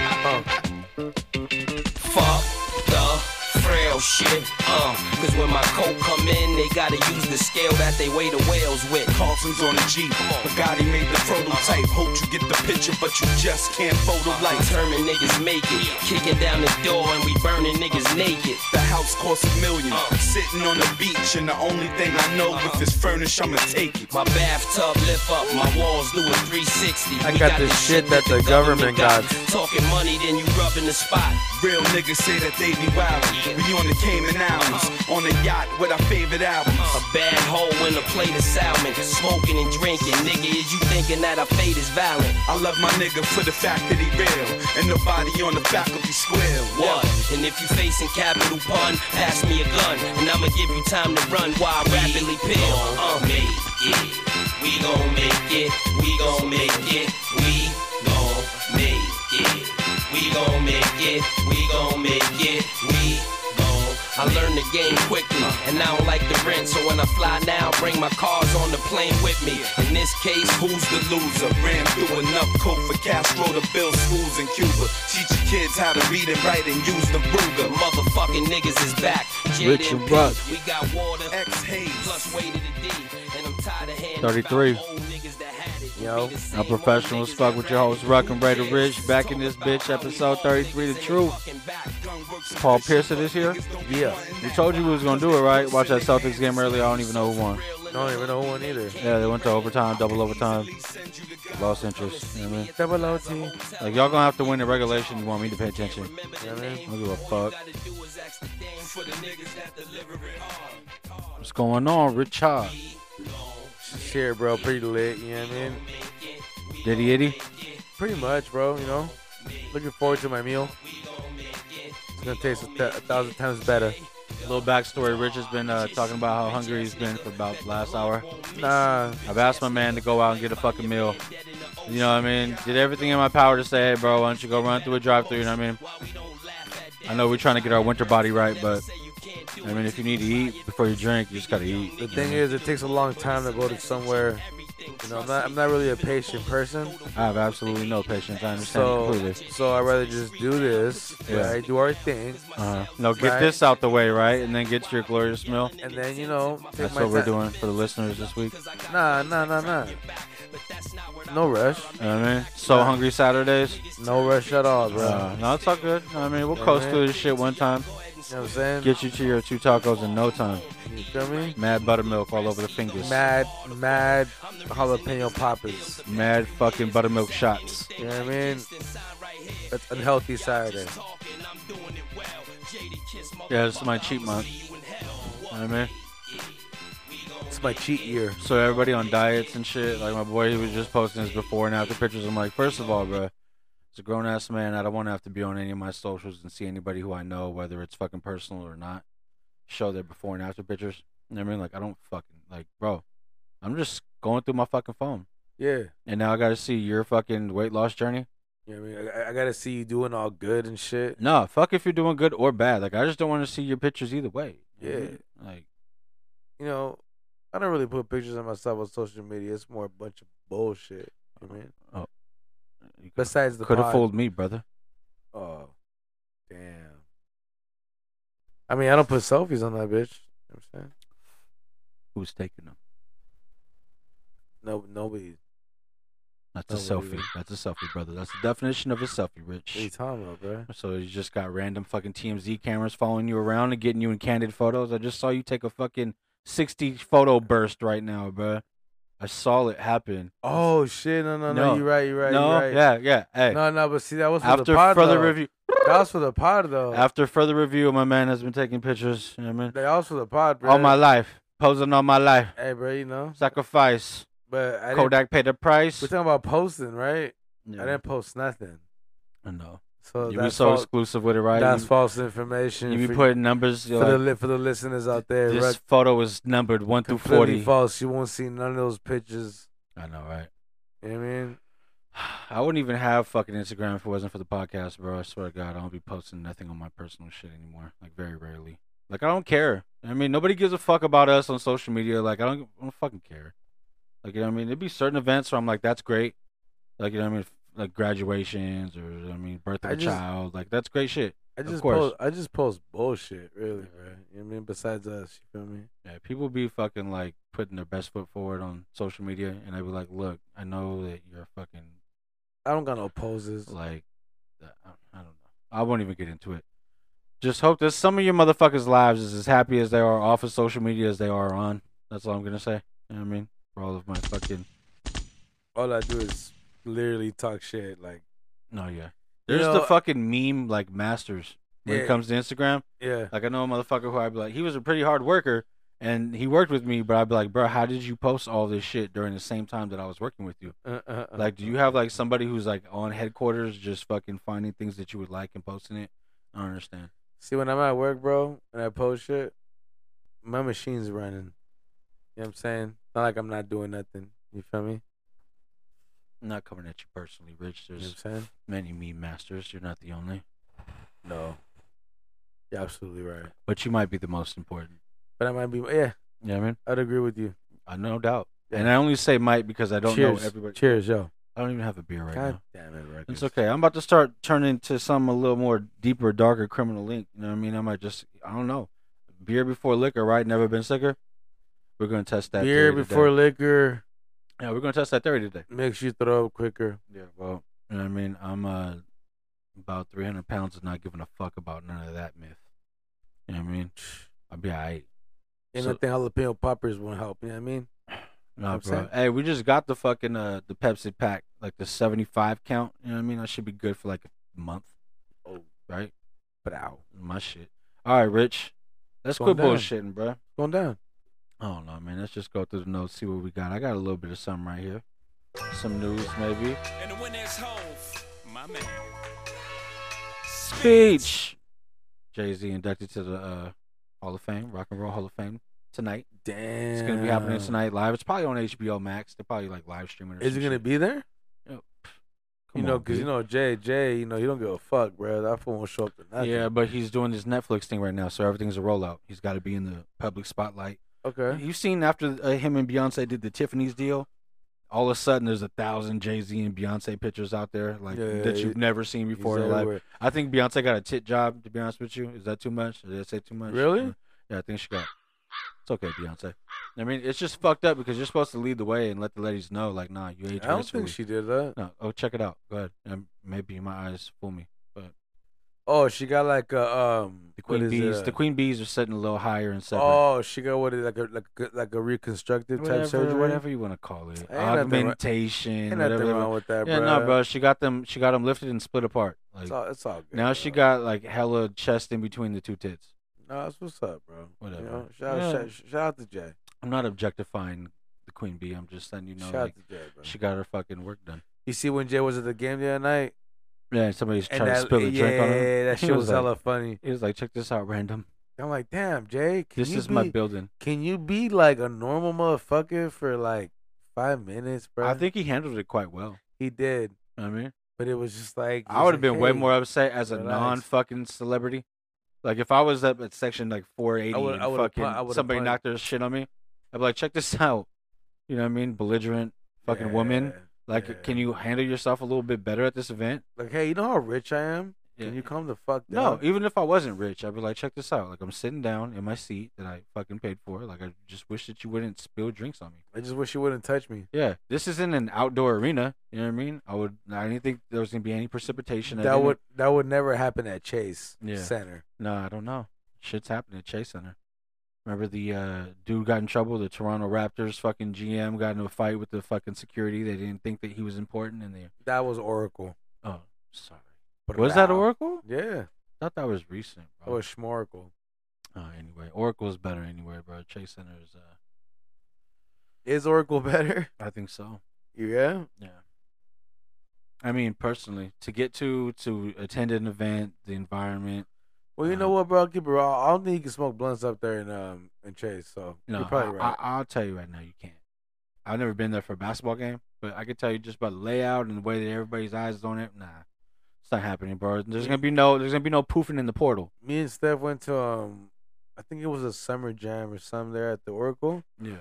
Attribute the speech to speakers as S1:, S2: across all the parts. S1: um, gotta use the scale that they weigh the whales with.
S2: Carlson's on a G. Bugatti made the prototype. Hope you get the picture, but you just can't photo light.
S1: Determined niggas make it. Kicking down the door and we burning niggas naked.
S2: The house costs a million. Sitting on the beach, and the only thing I know with this furnish, I'ma take it.
S1: My bathtub lift up, my walls do a 360.
S3: I
S1: We
S3: got this shit that the government got.
S1: Talking money, then you rubbing the spot.
S2: Real niggas say that they be wild. We on the Cayman Islands, on a yacht with our favorite albums.
S1: A bad hoe in a plate of salmon. Smoking and drinking, nigga, is you thinking that our fate is violent?
S2: I love my nigga for the fact that he real, and nobody on the faculty square.
S1: What? And if you facing capital pun, pass me a gun, and I'ma give you time to run while I rapidly peel. Uh, make it. We gon' make it. We gon' make it. We gon' make it. We gon' make it. We gon' make it. We gon' I learned the game quickly, and I don't like the rent. So when I fly now, bring my cars on the plane with me. In this case, who's
S2: Who's the loser? Ran through enough coke for Castro to build schools in Cuba. Teach your kids how to read and write and use the
S1: the
S2: Ruger.
S1: motherfucking niggas is back? Jid
S3: Rich
S1: and
S3: and
S1: P,
S3: Rock.
S1: We got water.
S2: X Hayes.
S1: plus way to the D. And I'm tired of hearing
S3: 33.
S1: about old niggas that had it.
S3: Yo,
S1: We the same
S3: I'm professional
S1: old
S3: as fuck
S1: niggas
S3: with
S1: that
S3: your host,
S1: rap it.
S3: Ruck and Raider
S1: Who
S3: Rich,
S1: cares?
S3: back in this
S1: Talk about
S3: bitch,
S1: how we
S3: episode
S1: all
S3: 33, The
S1: niggas ain't
S3: Truth.
S1: fucking back.
S3: Paul Pearson is here?
S2: Yeah.
S3: We told you we was gonna do it, right? Watch that Celtics game earlier. I don't even know who won.
S4: Don't even know one either.
S3: Yeah, they went to overtime, double overtime, lost interest. You know what I mean?
S4: Double OT.
S3: Like y'all gonna have to win the regulation. You want me to pay attention? I don't give a fuck. What's going on, Richard?
S4: Shit, bro. Pretty lit. You know what I mean?
S3: Diddy Itty?
S4: Pretty much, bro. You know, looking forward to my meal. It's gonna taste a, th- a thousand times better.
S3: A little backstory. Rich has been uh, talking about how hungry he's been for about the last hour.
S4: Nah,
S3: I've asked my man to go out and get a fucking meal. You know what I mean? Did everything in my power to say, hey, bro, why don't you go run through a drive through? You know what I mean? I know we're trying to get our winter body right, but I mean, if you need to eat before you drink, you just gotta eat.
S4: the thing is, it takes a long time to go to somewhere. You know, I'm not, I'm not really a patient person,
S3: I have absolutely no patience. I understand
S4: so
S3: completely.
S4: so I rather just do this,
S3: Yeah.
S4: right? Do our thing,
S3: Uh-huh. No, get
S4: Right.
S3: this out the way, right? And then get to your glorious meal.
S4: and then you know, take
S3: That's
S4: my
S3: what we're
S4: time.
S3: doing for the listeners this week.
S4: Nah, nah, nah, nah. No rush,
S3: You know what I mean? So
S4: Yeah.
S3: hungry Saturdays.
S4: no rush at all, bro.
S3: Uh, no, it's all good. You know what I mean, we'll
S4: Yeah,
S3: coast
S4: man.
S3: through this shit one time.
S4: You know what I'm saying?
S3: Get you to your two tacos in no time.
S4: you feel me?
S3: Mad buttermilk all over the fingers.
S4: Mad, mad jalapeno poppers.
S3: Mad fucking buttermilk shots.
S4: You know what I mean? That's unhealthy Saturday.
S3: Yeah, this is my cheat month. You know what I mean?
S4: It's my cheat year.
S3: So everybody on diets and shit, like my boy, he was just posting his before and after pictures. I'm like, first of all, bro, it's a grown ass man. I don't want to have to be on any of my socials and see anybody who I know, whether it's fucking personal or not, show their before and after pictures. You know what I mean? Like, I don't fucking like, bro. I'm just going through my fucking phone,
S4: Yeah.
S3: and now I got to see your fucking weight loss journey.
S4: You know what I mean? I, I gotta see you doing all good and shit.
S3: No, fuck if you're doing good or bad. Like, I just don't want to see your pictures either way. You know what I
S4: Yeah.
S3: mean? Like,
S4: You know, I don't really put pictures of myself on social media. It's more a bunch of bullshit. You know what I mean?
S3: you could-
S4: Besides the
S3: could have
S4: pod-
S3: fooled me, brother.
S4: Oh, damn. I mean, I don't put selfies on that bitch. You know what I'm saying?
S3: Who's taking them?
S4: No, nobody.
S3: That's a
S4: Oh, really?
S3: selfie. That's a selfie, brher. That's the definition of a selfie,
S4: What are you
S3: Rich.
S4: talking about, bro?
S3: So you just got random fucking TMZ cameras following you around and getting you in candid photos. I just saw you take a fucking 60 photo burst right now, bruh. I saw it happen.
S4: Oh shit! No, no, no.
S3: No.
S4: You're right. You're right.
S3: no,
S4: you're right.
S3: yeah, yeah. Hey,
S4: No, no. But see, that was for
S3: after
S4: the pod,
S3: further
S4: though. Oh.
S3: review,
S4: That was for the pod, though.
S3: after further review, my man has been taking pictures. You know what I mean?
S4: They also the pod, bro.
S3: All my life, posing all my life,
S4: Hey, bro, you know.
S3: sacrifice.
S4: But I didn't,
S3: Kodak paid the price.
S4: we're talking about posting, right? I
S3: Yeah,
S4: didn't post nothing.
S3: I know.
S4: So
S3: You be
S4: that's,
S3: so
S4: false,
S3: exclusive with it, right?
S4: that's
S3: you,
S4: false information.
S3: you be
S4: for,
S3: putting numbers.
S4: for
S3: You're like,
S4: the li- for the listeners out there.
S3: This
S4: Ruck,
S3: photo is numbered one through
S4: completely
S3: forty.
S4: false. You won't see none of those pictures.
S3: I know, right?
S4: You know what I mean?
S3: I wouldn't even have fucking Instagram if it wasn't for the podcast, bro. I swear to God, I don't be posting nothing on my personal shit anymore. Like very rarely. Like I don't care. I mean, nobody gives a fuck about us on social media. Like I don't, I don't fucking care. Like you know, what I mean, there'd be certain events where I'm like, that's great. Like you know, what I mean, like graduations or you know what I mean, birth of
S4: I
S3: a
S4: just-
S3: child. Like that's great shit.
S4: I just
S3: course.
S4: post. I just post bullshit, really, bro. You know what I mean? Besides us, you feel me?
S3: Yeah, people be fucking like putting their best foot forward on social media, and I be like, "Look, I know that you're fucking
S4: I don't got no poses.
S3: like, I I don't know. I won't even get into it. Just hope that some of your motherfuckers' lives is as happy as they are off of social media as they are on. That's all I'm gonna say. You know what I mean? For all of my fucking
S4: All I do is literally talk shit. Like,
S3: no, yeah.
S4: You
S3: There's
S4: know,
S3: the fucking meme like masters when
S4: Yeah.
S3: it comes to Instagram.
S4: yeah,
S3: Like I know a motherfucker who I'd be like, he was a pretty hard worker and he worked with me, but I'd be like, bro, how did you post all this shit during the same time that I was working with you?
S4: uh, uh, uh.
S3: Like, do you have like somebody who's like on headquarters just fucking finding things that you would like and posting it? I don't understand.
S4: see when I'm at work, bro, and I post shit, my machine's running. You know what I'm saying? Not like I'm not doing nothing. You feel me?
S3: I'm not coming at you personally, Rich.
S4: You know
S3: There's
S4: what I'm saying?
S3: many meme masters. You're not the only,
S4: No. You're absolutely right.
S3: but you might be the most important.
S4: But I might be. Yeah,
S3: You know what I mean?
S4: I'd agree with you.
S3: I no doubt.
S4: Yeah.
S3: And I only say might because I don't
S4: Cheers.
S3: know everybody.
S4: Cheers, yo.
S3: I don't even have a beer right now.
S4: God damn it, Ruckus.
S3: It's okay. I'm about to start turning to some a little more deeper, darker criminal link. You know what I mean? I might just I don't know. Beer before liquor, right? Never been sicker. We're gonna test that
S4: Beer
S3: theory
S4: before
S3: Today.
S4: liquor
S3: Yeah, we're gonna test that theory today.
S4: makes you throw up quicker.
S3: Yeah, well, you know what I mean? I'm uh about 300 pounds and not giving a fuck about none of that myth. You know what I mean? I'll be alright.
S4: And
S3: So-
S4: I think jalapeno poppers won't help. You know what I mean?
S3: Nah,
S4: I'm
S3: bro.
S4: saying-
S3: Hey, we just got the fucking uh the Pepsi pack, like the 75 count. You know what I mean? I should be good for like a month.
S4: Oh.
S3: right.
S4: But ow.
S3: My shit. All right, Rich. Let's
S4: Going
S3: quit
S4: down.
S3: bullshitting, bro.
S4: Going down.
S3: I don't know, man. Let's just go through the notes, see what we got. I got a little bit of something right here. Some news, maybe.
S1: And the winner is Hove, my man.
S3: Speech. Jay Z inducted to the uh, Hall of Fame, Rock and Roll Hall of Fame tonight.
S4: Damn.
S3: It's gonna be happening tonight live. It's probably on HBO Max. They're probably like live streaming. Or
S4: Is it
S3: some
S4: gonna
S3: shit.
S4: be there?
S3: Come
S4: you know,
S3: on,
S4: because you
S3: dude.
S4: know Jay, Jay, you know he don't give a fuck, bro. That fool won't show up to nothing.
S3: Yeah, but he's doing this Netflix thing right now, so everything's a rollout. He's got to be in the public spotlight.
S4: Okay.
S3: You've seen after uh, him and Beyonce did the Tiffany's deal, all of a sudden there's a thousand Jay Z and Beyonce pictures out there like
S4: Yeah,
S3: that
S4: yeah,
S3: you've never seen
S4: He's
S3: before in your life.
S4: everywhere.
S3: I think Beyonce got a tit job. To be honest with you, is that too much? Did I say too much? Uh,
S4: Really?
S3: Yeah, I think she got. It's okay, Beyonce. I mean, it's just fucked up because you're supposed to lead the way and let the ladies know, like, nah, you age
S4: I don't
S3: gracefully.
S4: think she did that.
S3: No, oh, check it out. Go ahead. Um, maybe my eyes fool me.
S4: Oh, she got like a um.
S3: The
S4: what
S3: queen
S4: is it,
S3: bees,
S4: uh,
S3: the queen bees are sitting a little higher and separate.
S4: Oh, she got what is it, like a like a, like a reconstructive
S3: whatever,
S4: type surgery.
S3: whatever you want to call it,
S4: Ain't nothing wrong-
S3: augmentation,
S4: Ain't
S3: whatever.
S4: nothing
S3: they
S4: wrong
S3: want-
S4: with that,
S3: yeah,
S4: bro.
S3: no, bro. She got them. She got them lifted and split apart. Like
S4: It's all, it's all good.
S3: now, she
S4: bro.
S3: got like hella chest in between the two tits.
S4: No, that's what's up, bro.
S3: Whatever.
S4: You know, shout,
S3: Yeah.
S4: shout, shout out to Jay.
S3: I'm not objectifying the queen bee. I'm just letting you know,
S4: shout
S3: like,
S4: out to Jay, bro.
S3: she got her fucking work done.
S4: you see when Jay was at the game the other night,
S3: Yeah, and somebody's
S4: and
S3: trying
S4: that,
S3: to spill a
S4: yeah,
S3: drink on her.
S4: that
S3: He
S4: shit was
S3: like,
S4: hella funny.
S3: He was like, check this out, random.
S4: I'm like, damn, Jay, can
S3: This
S4: you
S3: is
S4: be,
S3: my building.
S4: Can you be like a normal motherfucker for like five minutes, bro?
S3: I think he handled it quite well.
S4: he did,
S3: You know what I mean,
S4: but it was just like
S3: I would have been way more
S4: I
S3: upset as a
S4: relax.
S3: non-fucking celebrity. Like if I was up at section like 480
S4: I would-
S3: and
S4: I would've
S3: fucking
S4: pun- I would've
S3: somebody
S4: punched.
S3: knocked their shit on me, I'd be like, check this out. You know what I mean? Belligerent fucking woman. Like,
S4: yeah.
S3: can you handle yourself a little bit better at this event?
S4: Like, hey, you know how rich I am?
S3: Yeah.
S4: Can you calm the fuck
S3: No,
S4: down?
S3: even if I wasn't rich, I'd be like, check this out. Like I'm sitting down in my seat that I fucking paid for. Like I just wish that you wouldn't spill drinks on me.
S4: I just wish you wouldn't touch me.
S3: Yeah, this isn't an outdoor arena. You know what I mean? I would. I didn't think there was gonna be any precipitation. I
S4: That
S3: didn't-
S4: would that would never happen at Chase
S3: Yeah.
S4: Center.
S3: No, I don't know. Shit's happening at Chase Center. Remember the uh, dude got in trouble. The Toronto Raptors fucking GM got into a fight with the fucking security. They didn't think that he was important, and they.
S4: That was Oracle.
S3: Oh, sorry. Was that
S4: Wow.
S3: Oracle? Oh.
S4: Yeah,
S3: I thought that was recent.
S4: that
S3: Bro.
S4: was Schmoracle.
S3: Uh, anyway, Oracle's better anyway, bro. Chase Center is. Uh,
S4: Is Oracle better?
S3: I think so.
S4: Yeah.
S3: Yeah. I mean, personally, to get to to attend an event, the environment.
S4: Well, you know
S3: Um,
S4: what, bro? I'll keep it raw. I don't think you can smoke blunts up there in um in Chase. So
S3: No,
S4: you're probably
S3: I,
S4: right.
S3: I, I'll tell you right now, you can't. I've never been there for a basketball game, but I can tell you just by the layout and the way that everybody's eyes is on it. Nah, it's not happening, bro. There's gonna be no, there's gonna be no poofing in the portal.
S4: me and Steph went to um, I think it was a summer jam or something there at the Oracle.
S3: Yeah.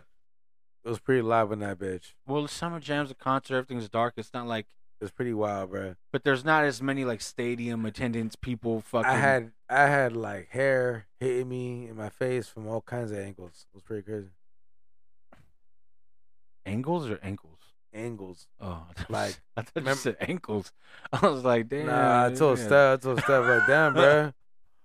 S4: It was pretty live in that bitch.
S3: Well, the summer jam's a concert. Everything's dark. It's not like
S4: It's pretty wild, bro.
S3: But there's not as many like stadium attendance people fucking.
S4: I had I had like hair hitting me in my face from all kinds of angles. It was pretty crazy.
S3: angles or ankles.
S4: Angles.
S3: Oh, I thought you
S4: Like,
S3: said- I thought you
S4: remem-
S3: said ankles. I was like, damn.
S4: nah, I told
S3: yeah.
S4: Steph, I told Steph like, damn, bro.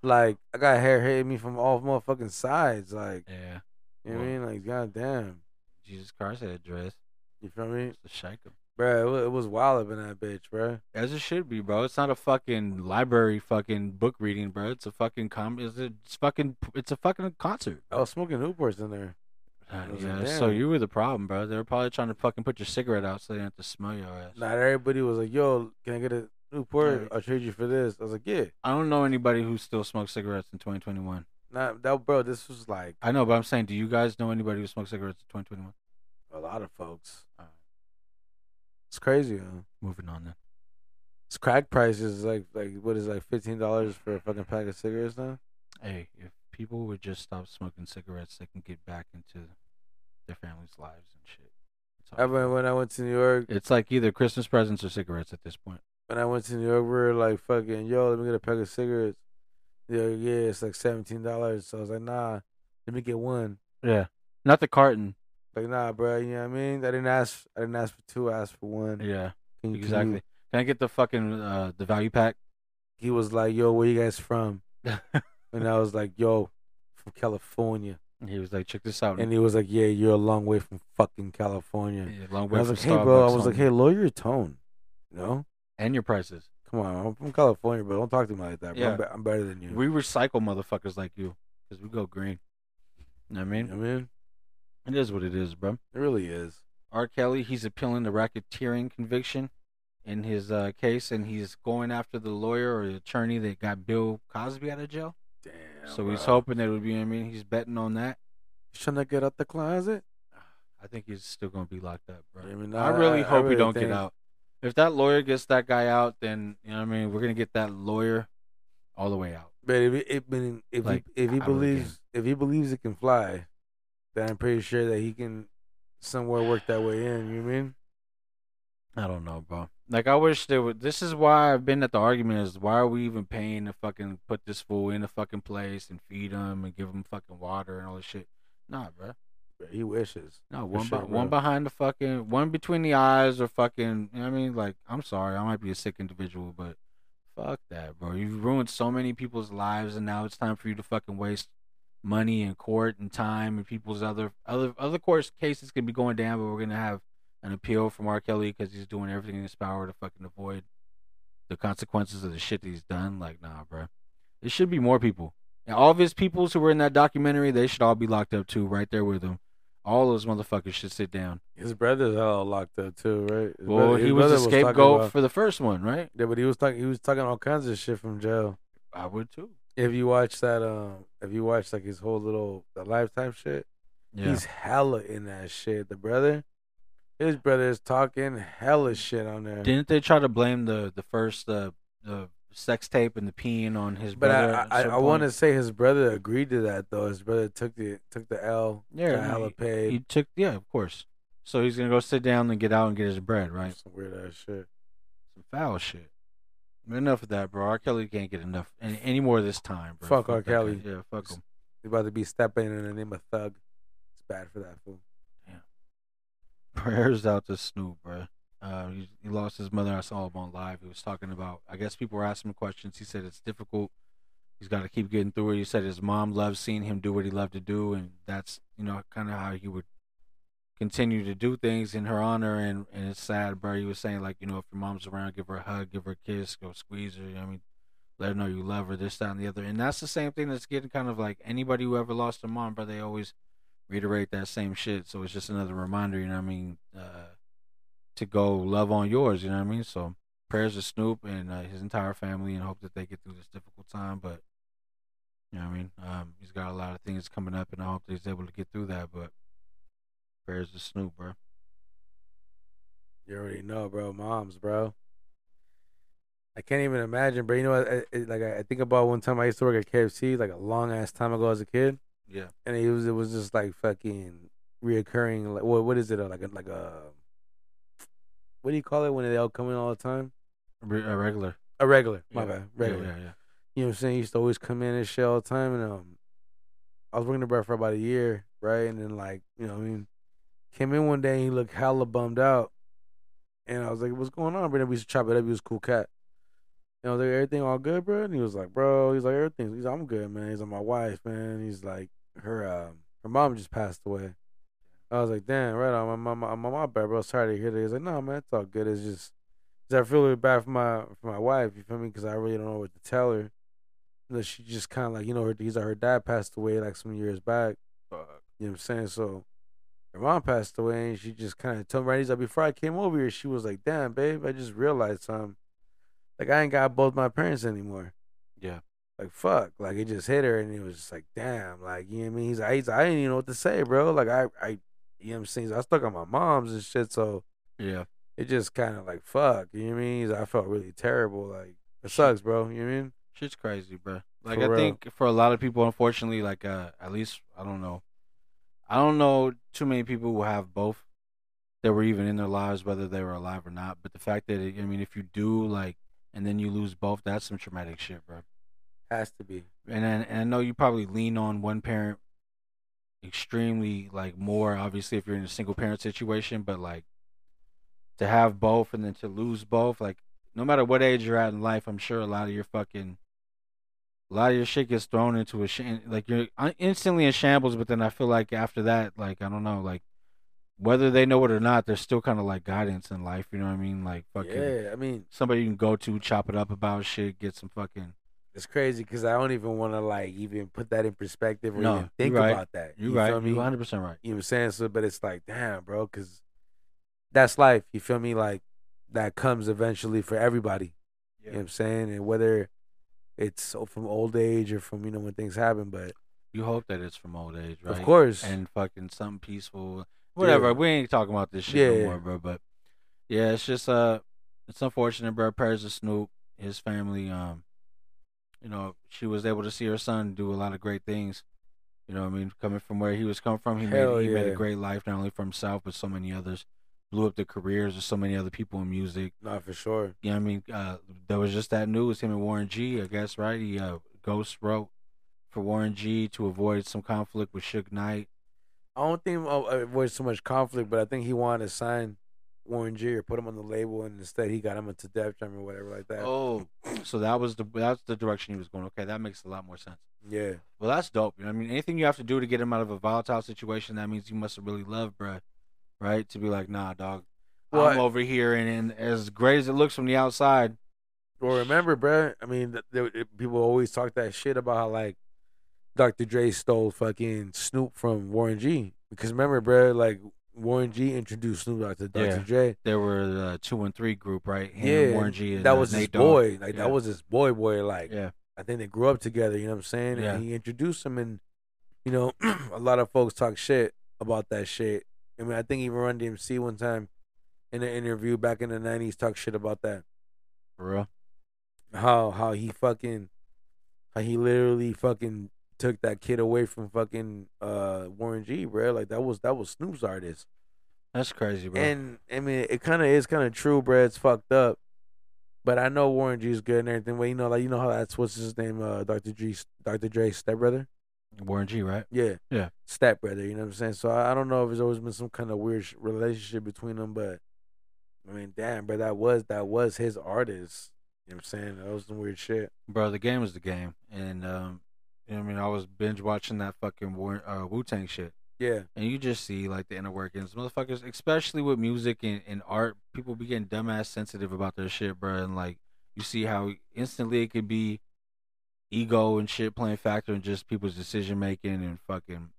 S4: Like I got hair hitting me from all motherfucking sides. Like
S3: Yeah,
S4: you know what I mean? Like goddamn.
S3: Jesus Christ had a dress.
S4: You feel me,
S3: It's a shika.
S4: bro? It, wa- it was wild up in that bitch, bro.
S3: As it should be, bro. It's not a fucking library fucking book reading, bro. It's a fucking com. It's, a, it's fucking. It's a fucking concert.
S4: I was smoking Newports in there.
S3: Uh,
S4: I was
S3: yeah.
S4: like,
S3: so
S4: damn.
S3: you were the problem, bro. They were probably trying to fucking put your cigarette out so they didn't have to smell your ass.
S4: Not everybody was like, "Yo, can I get a Newport?
S3: Right.
S4: I'll trade you for this." I was like, "Yeah."
S3: I don't know anybody who still smokes cigarettes in 2021.
S4: Not that, bro. This was like
S3: I know, but I'm saying, do you guys know anybody who smokes cigarettes in 2021?
S4: a lot of folks.
S3: Alright.
S4: It's crazy, huh?
S3: Moving on then.
S4: It's crack prices like like what is it, like fifteen dollars for a fucking pack of cigarettes now?
S3: Hey, if people would just stop smoking cigarettes, they can get back into their families' lives and shit. That's all.
S4: I remember when I went to New York.
S3: It's like either Christmas presents or cigarettes at this point.
S4: When I went to New York, we were like fucking yo, let me get a pack of cigarettes. Yeah, yeah, it's like seventeen dollars. So I was like, nah, let me get one.
S3: Yeah. Not the carton.
S4: Like nah, bro, you know what I mean? I didn't ask. I didn't ask for two. I asked for one.
S3: Yeah,
S4: Can you- can you-
S3: exactly. Can I get the fucking uh, the value pack?
S4: He was like, yo, where you guys from? And I was like, yo, from California.
S3: he was like, check this out.
S4: And he was like, yeah, you're a long way from fucking California.
S3: Yeah, long
S4: And I
S3: way
S4: was
S3: from
S4: like, hey, bro. I
S3: Starbucks
S4: was like,
S3: on-
S4: hey, lower your tone. You know?
S3: and your prices.
S4: Come on, I'm from California, but don't talk to me like that. Bro.
S3: Yeah.
S4: I'm, be- I'm better than you.
S3: We recycle motherfuckers like you because we go green. You know what I
S4: you
S3: mean?
S4: know what I mean,
S3: It is what it is, bro.
S4: it really is.
S3: R. Kelly, he's appealing the racketeering conviction in his uh, case, and he's going after the lawyer or the attorney that got Bill Cosby out of jail.
S4: Damn.
S3: so he's
S4: bro.
S3: hoping that it would be, you know what I mean, he's betting on that.
S4: He's trying to get out the closet.
S3: I think he's still going to be locked up, bro.
S4: I mean,
S3: I
S4: I-
S3: really
S4: I- I
S3: hope he
S4: really
S3: don't get
S4: think-
S3: out. If that lawyer gets that guy out, then, you know what I mean, we're going to get that lawyer all the way out.
S4: But if he, it, been, if
S3: Like,
S4: he, if
S3: I
S4: he
S3: really
S4: believes if he believes it can fly, then I'm pretty sure that he can somewhere work that way in. You know what I mean?
S3: I don't know, bro. Like I wish there would. This is why I've been at the argument: is why are we even paying to fucking put this fool in a fucking place and feed him and give him fucking water and all this shit? Nah, bro.
S4: Bro, He wishes.
S3: No, one
S4: sure,
S3: be-
S4: bro.
S3: one behind the fucking, one between the eyes, or fucking. You know what I mean, like I'm sorry, I might be a sick individual, but fuck that, bro. You've ruined so many people's lives, and now it's time for you to fucking waste money in court and time and people's other other other court cases could be going down, but we're gonna have an appeal from R. Kelly because he's doing everything in his power to fucking avoid the consequences of the shit that he's done. Like, nah, bro. It should be more people. And all of his peoples who were in that documentary, they should all be locked up too, right there with him. All those motherfuckers should sit down.
S4: His brother's all locked up too, right? His
S3: Well,
S4: brother- his
S3: he was
S4: brother
S3: a
S4: talking
S3: scapegoat
S4: about-
S3: for the first one, right?
S4: yeah, but he was talking. He was talking all kinds of shit from jail.
S3: I would too.
S4: If you watch that, um, if you watch like his whole little the lifetime shit,
S3: Yeah.
S4: he's hella in that shit. The brother, his brother is talking hella shit on there.
S3: Didn't they try to blame the the first uh, the sex tape and the peeing on his
S4: but
S3: brother?
S4: I,
S3: at
S4: I, I,
S3: some
S4: want to
S3: point?
S4: say his brother agreed to that though. His brother took the took the L.
S3: Yeah,
S4: got hella
S3: he-
S4: paid.
S3: He took yeah, of course. So he's gonna go sit down and get out and get his bread, right?
S4: Some weird ass shit.
S3: Some foul shit. Enough of that, bro. R. Kelly can't get enough any, any more this time, bro.
S4: Fuck R.
S3: that guy.
S4: Kelly.
S3: Yeah, fuck him.
S4: He's about to be stepping in the name of thug. It's bad for that fool.
S3: prayers out to Snoop, bro. Uh, he, he lost his mother. I saw him on live. He was talking about. I guess people were asking him questions. He said it's difficult. He's got to keep getting through it. He said his mom loved seeing him do what he loved to do, and that's you know kind of how he would continue to do things in her honor. And and it's sad, bro. He was saying like you know if your mom's around, give her a hug, give her a kiss, go squeeze her. You know what I mean. Let her know you love her, this, that, and the other. And that's the same thing that's getting kind of like anybody who ever lost their mom, bro. They always reiterate that same shit. So it's just another reminder, you know what I mean, uh, to go love on yours, you know what I mean? So prayers to Snoop and uh, his entire family and hope that they get through this difficult time. But, you know what I mean? Um, he's got a lot of things coming up and I hope that he's able to get through that. But prayers to Snoop, bro.
S4: You already know, bro. Moms, bro. I can't even imagine, bro. You know, what? I, I, like I I think about one time I used to work at KFC, like a long ass time ago as a kid,
S3: Yeah.
S4: and it was it was just like fucking reoccurring. Like what what is it? uh, Like a, like a what do you call it when they all come in all the time?
S3: Re- uh, regular.
S4: A regular. My
S3: Yeah.
S4: bad.
S3: Yeah,
S4: Regular.
S3: Yeah, yeah.
S4: You know what I'm saying? He used to always come in and shit all the time. And um, I was working there for about a year, right? And then, like, you know what I mean? Came in one day and he looked hella bummed out. And I was like, what's going on, bro? And we used to chop it up. He was a cool cat. And I was like, everything all good, bro? And he was like, bro, he's like, everything. He's like, I'm good, man. He's like, my wife, man. He's like, her um, her mom just passed away. I was like, damn, right on. My mom, my, my, my bad, bro. Sorry to hear that. He's like, no, man, it's all good. It's just, 'cause I feel really bad for my for my wife. You feel me? Because I really don't know what to tell her that she just kind of like you know her these are her dad passed away like some years back. You know what I'm saying? So her mom passed away, and she just kind of told me right. He's like, before I came over here, she was like, "Damn, babe, I just realized something. Like I ain't got both my parents anymore.
S3: Yeah.
S4: Like fuck. Like it just hit her, and it was just like, damn. Like you know what I mean? He's like, he's like, I didn't even know what to say, bro. Like I, I, you know what I'm saying? I stuck on my mom's and shit. So
S3: Yeah.
S4: it just kind of like fuck. You know what I mean? He's like, I felt really terrible. Like it sucks, bro. You know what I mean?
S3: Shit's crazy, bro. Like
S4: For
S3: I
S4: real.
S3: think for a lot of people, unfortunately, like uh, at least I don't know, I don't know too many people who have both that were even in their lives, whether they were alive or not. But the fact that it, I mean, if you do like, and then you lose both, that's some traumatic shit, bro.
S4: Has to be.
S3: And I, and I know you probably lean on one parent extremely like more, obviously, if you're in a single parent situation. But like to have both and then to lose both, like no matter what age you're at in life, I'm sure a lot of your fucking a lot of your shit gets thrown into a sh- like you're un- instantly in shambles. But then I feel like after that, like I don't know, like whether they know it or not, there's still kind of like guidance in life. You know what I mean? Like fucking
S4: Yeah, I mean.
S3: somebody you can go to, chop it up about shit, get some fucking
S4: It's crazy because I don't even want to like even put that in perspective or
S3: No,
S4: even think
S3: you right.
S4: about that.
S3: You,
S4: feel
S3: right?
S4: me?
S3: You 100 percent right.
S4: You know what I'm saying? So, but it's like, damn, bro, because that's life. You feel me? Like that comes eventually for everybody. You know what I'm saying? And whether it's o- from old age or from you know when things happen, but
S3: You hope that it's from old age, right?
S4: of course,
S3: And fucking something peaceful, whatever. We ain't talking about this shit
S4: Yeah.
S3: no more, bro. But yeah, it's just uh, it's unfortunate, bro. Prayers to Snoop, his family. Um, you know, she was able to see her son do a lot of great things. You know, what I mean, coming from where he was coming from, he
S4: Hell
S3: made he made
S4: yeah.
S3: a great life not only for himself but so many others. Blew up the careers of so many other people in music.
S4: not for sure.
S3: you know what I mean? Uh, there was just that news, him and Warren G, I guess, right? He uh, ghost wrote for Warren G to avoid some conflict with Suge Knight.
S4: I don't think uh, uh, it was so much conflict, but I think he wanted to sign Warren G or put him on the label, and instead he got him into Def Jam or whatever like that.
S3: Oh, so that was the that's the direction he was going. Okay, that makes a lot more sense.
S4: Yeah,
S3: Well, that's dope. You know, what I mean, anything you have to do to get him out of a volatile situation, that means you must have really loved, bruh, right? To be like, nah, dog,
S4: Well,
S3: I'm over here, and, and as great as it looks from the outside,
S4: Well, remember, bruh, I mean, th- there, it- people always talk that shit about how like Dr. Dre stole fucking Snoop from Warren G. Because remember, bruh, like Warren G introduced Snoop Dogg to Dr.
S3: Yeah.
S4: Dre.
S3: there were the two and three group, right? Him,
S4: yeah,
S3: Warren G, and
S4: that
S3: uh,
S4: was his
S3: Nate Dogg.
S4: boy. Like
S3: Yeah.
S4: that was his boy, boy. Like
S3: Yeah,
S4: I think they grew up together. You know what I'm saying?
S3: Yeah.
S4: And he introduced him, and you know, a lot of folks talk shit about that shit. I mean, I think even Run DMC one time in an interview back in the '90s talked shit about that.
S3: for real.
S4: how how he fucking how he literally fucking took that kid away from fucking uh Warren G, bro. Like that was that was Snoop's artist.
S3: That's crazy, bro.
S4: And I mean, it kind of is kind of true, bro. It's fucked up. But I know Warren G's good and everything. But you know, like you know how that's what's his name, uh, Dr. G, Dr. Dre's stepbrother.
S3: Warren G, right?
S4: Yeah.
S3: Yeah.
S4: Stepbrother, you know what I'm saying? So I, I don't know if there's always been some kind of weird sh- relationship between them, but I mean, damn, bro, that was that was his artist. You know what I'm saying? That was some weird shit.
S3: bro, the game is the game, and um, you know, what I mean, I was binge watching that fucking War- uh, Wu Tang shit,
S4: Yeah.
S3: and you just see like the inner workings, motherfuckers, especially with music and, and art, people be getting dumbass sensitive about their shit, bro, and like you see how instantly it could be ego and shit playing factor and just people's decision making and fucking,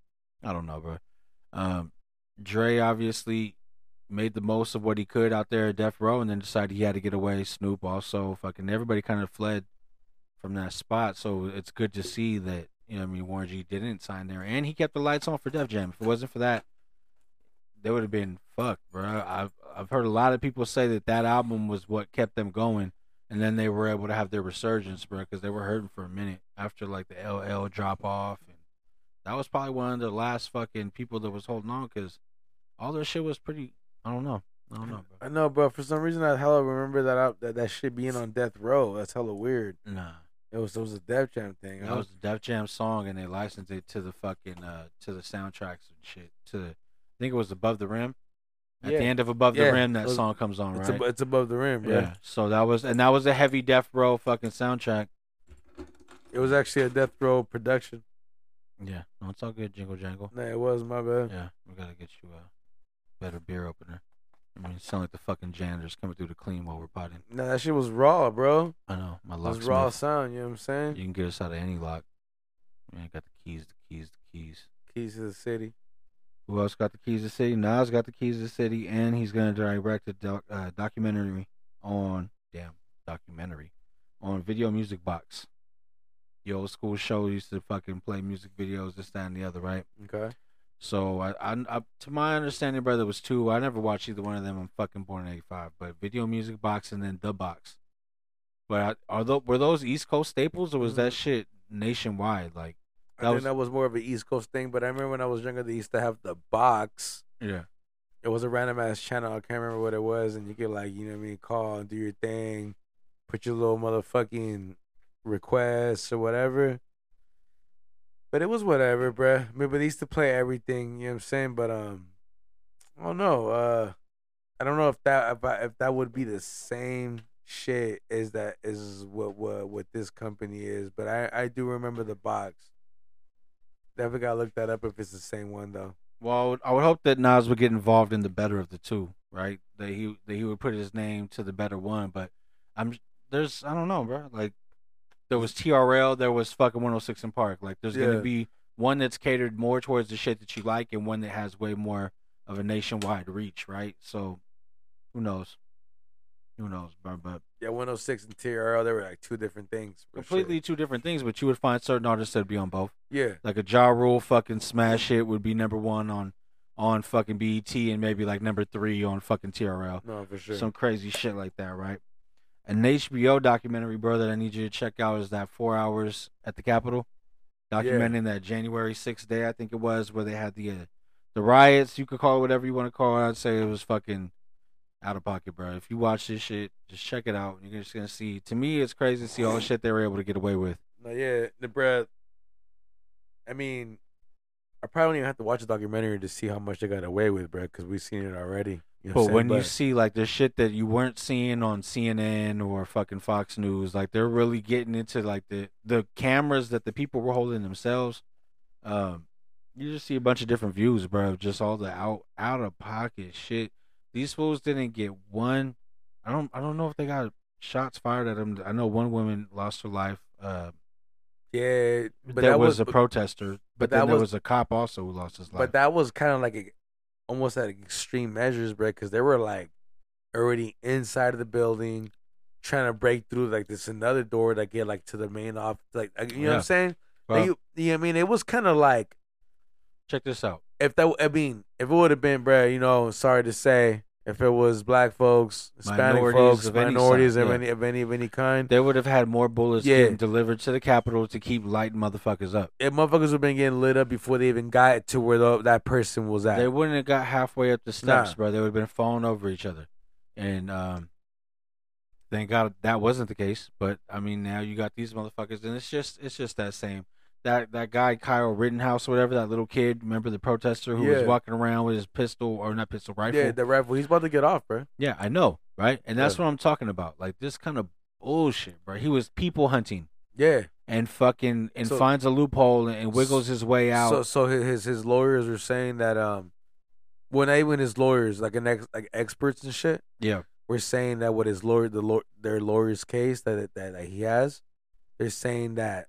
S3: I don't know, bro. Um, Dre obviously made the most of what he could out there at Death Row, and then decided he had to get away. Snoop also fucking everybody kind of fled from that spot. So it's good to see that you know what I mean Warren G didn't sign there, and he kept the lights on for Def Jam. If it wasn't for that, they would have been fucked, bro. I've I've heard a lot of people say that that album was what kept them going, and then they were able to have their resurgence, bro, because they were hurting for a minute after like the LL drop off, and that was probably one of the last fucking people that was holding on because all their shit was pretty. I don't know. I don't know, bro.
S4: I know, bro. For some reason, I hella remember that I, that that shit being on death row. That's hella weird.
S3: Nah.
S4: It was it was a Def Jam thing. I
S3: That was the Def Jam song, and they licensed it to the fucking uh, to the soundtracks and shit. To the, I think it was Above the Rim. At
S4: Yeah.
S3: the end of Above
S4: Yeah.
S3: the Rim, that
S4: Was-
S3: song comes on,
S4: it's,
S3: right?
S4: ab- it's above the rim, bro.
S3: yeah. So that was, and that was a heavy Def Bro fucking soundtrack.
S4: It was actually a death row production.
S3: Yeah. No, it's all good. Jingle jangle.
S4: Nah, it was my bad.
S3: Yeah. We gotta get you a better beer opener. I mean, you sound like the fucking janitors coming through to clean while we're potting.
S4: Nah, that shit was raw, bro.
S3: I know my
S4: It was raw
S3: locksmith.
S4: sound. You know what I'm saying?
S3: You can get us out of any lock. Man, I got the keys, the keys, the keys.
S4: Keys to the city.
S3: Who else got the keys to the city? Nas got the keys to the city, and he's gonna direct a doc, uh, documentary on damn documentary on Video Music Box. The old school show used to fucking play music videos, this, that, and the other, right?
S4: Okay.
S3: So I, I, I to my understanding, brother, was two. I never watched either one of them. I'm fucking born in '85, but Video Music Box and then The Box. But I, are those were those East Coast staples, or was that shit nationwide? Like
S4: I
S3: That
S4: think
S3: was-
S4: that was more of an East Coast thing, but I remember when I was younger, they used to have the box.
S3: yeah,
S4: It was a random ass channel. I can't remember what it was, and you could like, you know what I mean, call and do your thing, put your little motherfucking requests or whatever. But it was whatever, bruh. I mean, but they used to play everything. You know what I'm saying? But um, I don't know. Uh, I don't know if that if I, if that would be the same shit as that is what what what this company is. But I I do remember the box. Definitely gotta look that up if it's the same one though.
S3: Well, I would, I would hope that Nas would get involved in the better of the two, right? That he that he would put his name to the better one. But I'm there's I don't know, bro. Like there was TRL, there was fucking 106 in Park. Like there's
S4: Yeah.
S3: gonna be one that's catered more towards the shit that you like, and one that has way more of a nationwide reach, right? So who knows? Who knows, bro? But
S4: Yeah, 106 and TRL, they were like two different things. for sure.
S3: completely two different things. But you would find certain artists that'd be on both.
S4: Yeah.
S3: like a Ja Rule fucking smash hit would be number one on on fucking BET and maybe like number three on fucking TRL.
S4: No, for sure.
S3: Some crazy shit like that, right? An HBO documentary, bro, that I need you to check out is that four hours at the Capitol, documenting that January 6th day, I think it was, where they had the uh, the riots. You could call it whatever you want to call it. I'd say it was fucking out of pocket, bro. If you watch this shit, just check it out. You're just gonna see. To me, it's crazy to see all the shit they were able to get away with.
S4: no, yeah, the breath. I mean, I probably don't even have to watch a documentary to see how much they got away with, bruh, because we've seen it already. You
S3: But
S4: know what I'm saying?
S3: when you see like the shit that you weren't seeing on CNN or fucking Fox News, like they're really getting into like the the cameras that the people were holding themselves. Um, you just see a bunch of different views, bro. of Just all the out out of pocket shit. These fools didn't get one. I don't. I don't know if they got shots fired at them. I know one woman lost her life. Uh,
S4: yeah, but
S3: that, was, a
S4: but-
S3: protester, but,
S4: but
S3: then
S4: that
S3: there
S4: was-
S3: was, a cop also who lost his life.
S4: But that was kind of like a, almost at extreme measures, bro, because they were like already inside of the building, trying to break through like this another door that get like to the main office, like you know what
S3: Yeah.
S4: I'm saying?
S3: Well,
S4: Like, you, you know what I mean? It was kind of like
S3: check this out.
S4: if that I mean, if it would have been, bruh, you know, sorry to say, if it was black folks, Hispanic
S3: Minorities
S4: folks,
S3: of any
S4: minorities
S3: side,
S4: of
S3: yeah.
S4: any of any of any kind,
S3: They would have had more bullets
S4: Yeah.
S3: getting delivered to the Capitol to keep lighting motherfuckers up.
S4: if motherfuckers would have been getting lit up before they even got to where tho- that person was at.
S3: They wouldn't have got halfway up the steps,
S4: Nah.
S3: bro. They would have been falling over each other. And um, thank God that wasn't the case. But I mean, now you got these motherfuckers, and it's just it's just that same that that guy Kyle Rittenhouse or whatever that little kid. Remember the protester who was
S4: Yeah.
S3: walking around with his pistol or not pistol rifle?
S4: yeah, the rifle. He's about to get off, bro.
S3: Yeah, I know, right? And that's
S4: Yeah.
S3: what I'm talking about. Like this kind of bullshit, bro. He was people hunting.
S4: Yeah.
S3: And fucking and
S4: So-
S3: finds a loophole and, and wiggles his way out.
S4: So so his his- his lawyers were saying that um, when they even his lawyers like an ex like experts and shit
S3: yeah,
S4: were saying that what his lawyer the law, their lawyer's case that that, that he has, they're saying that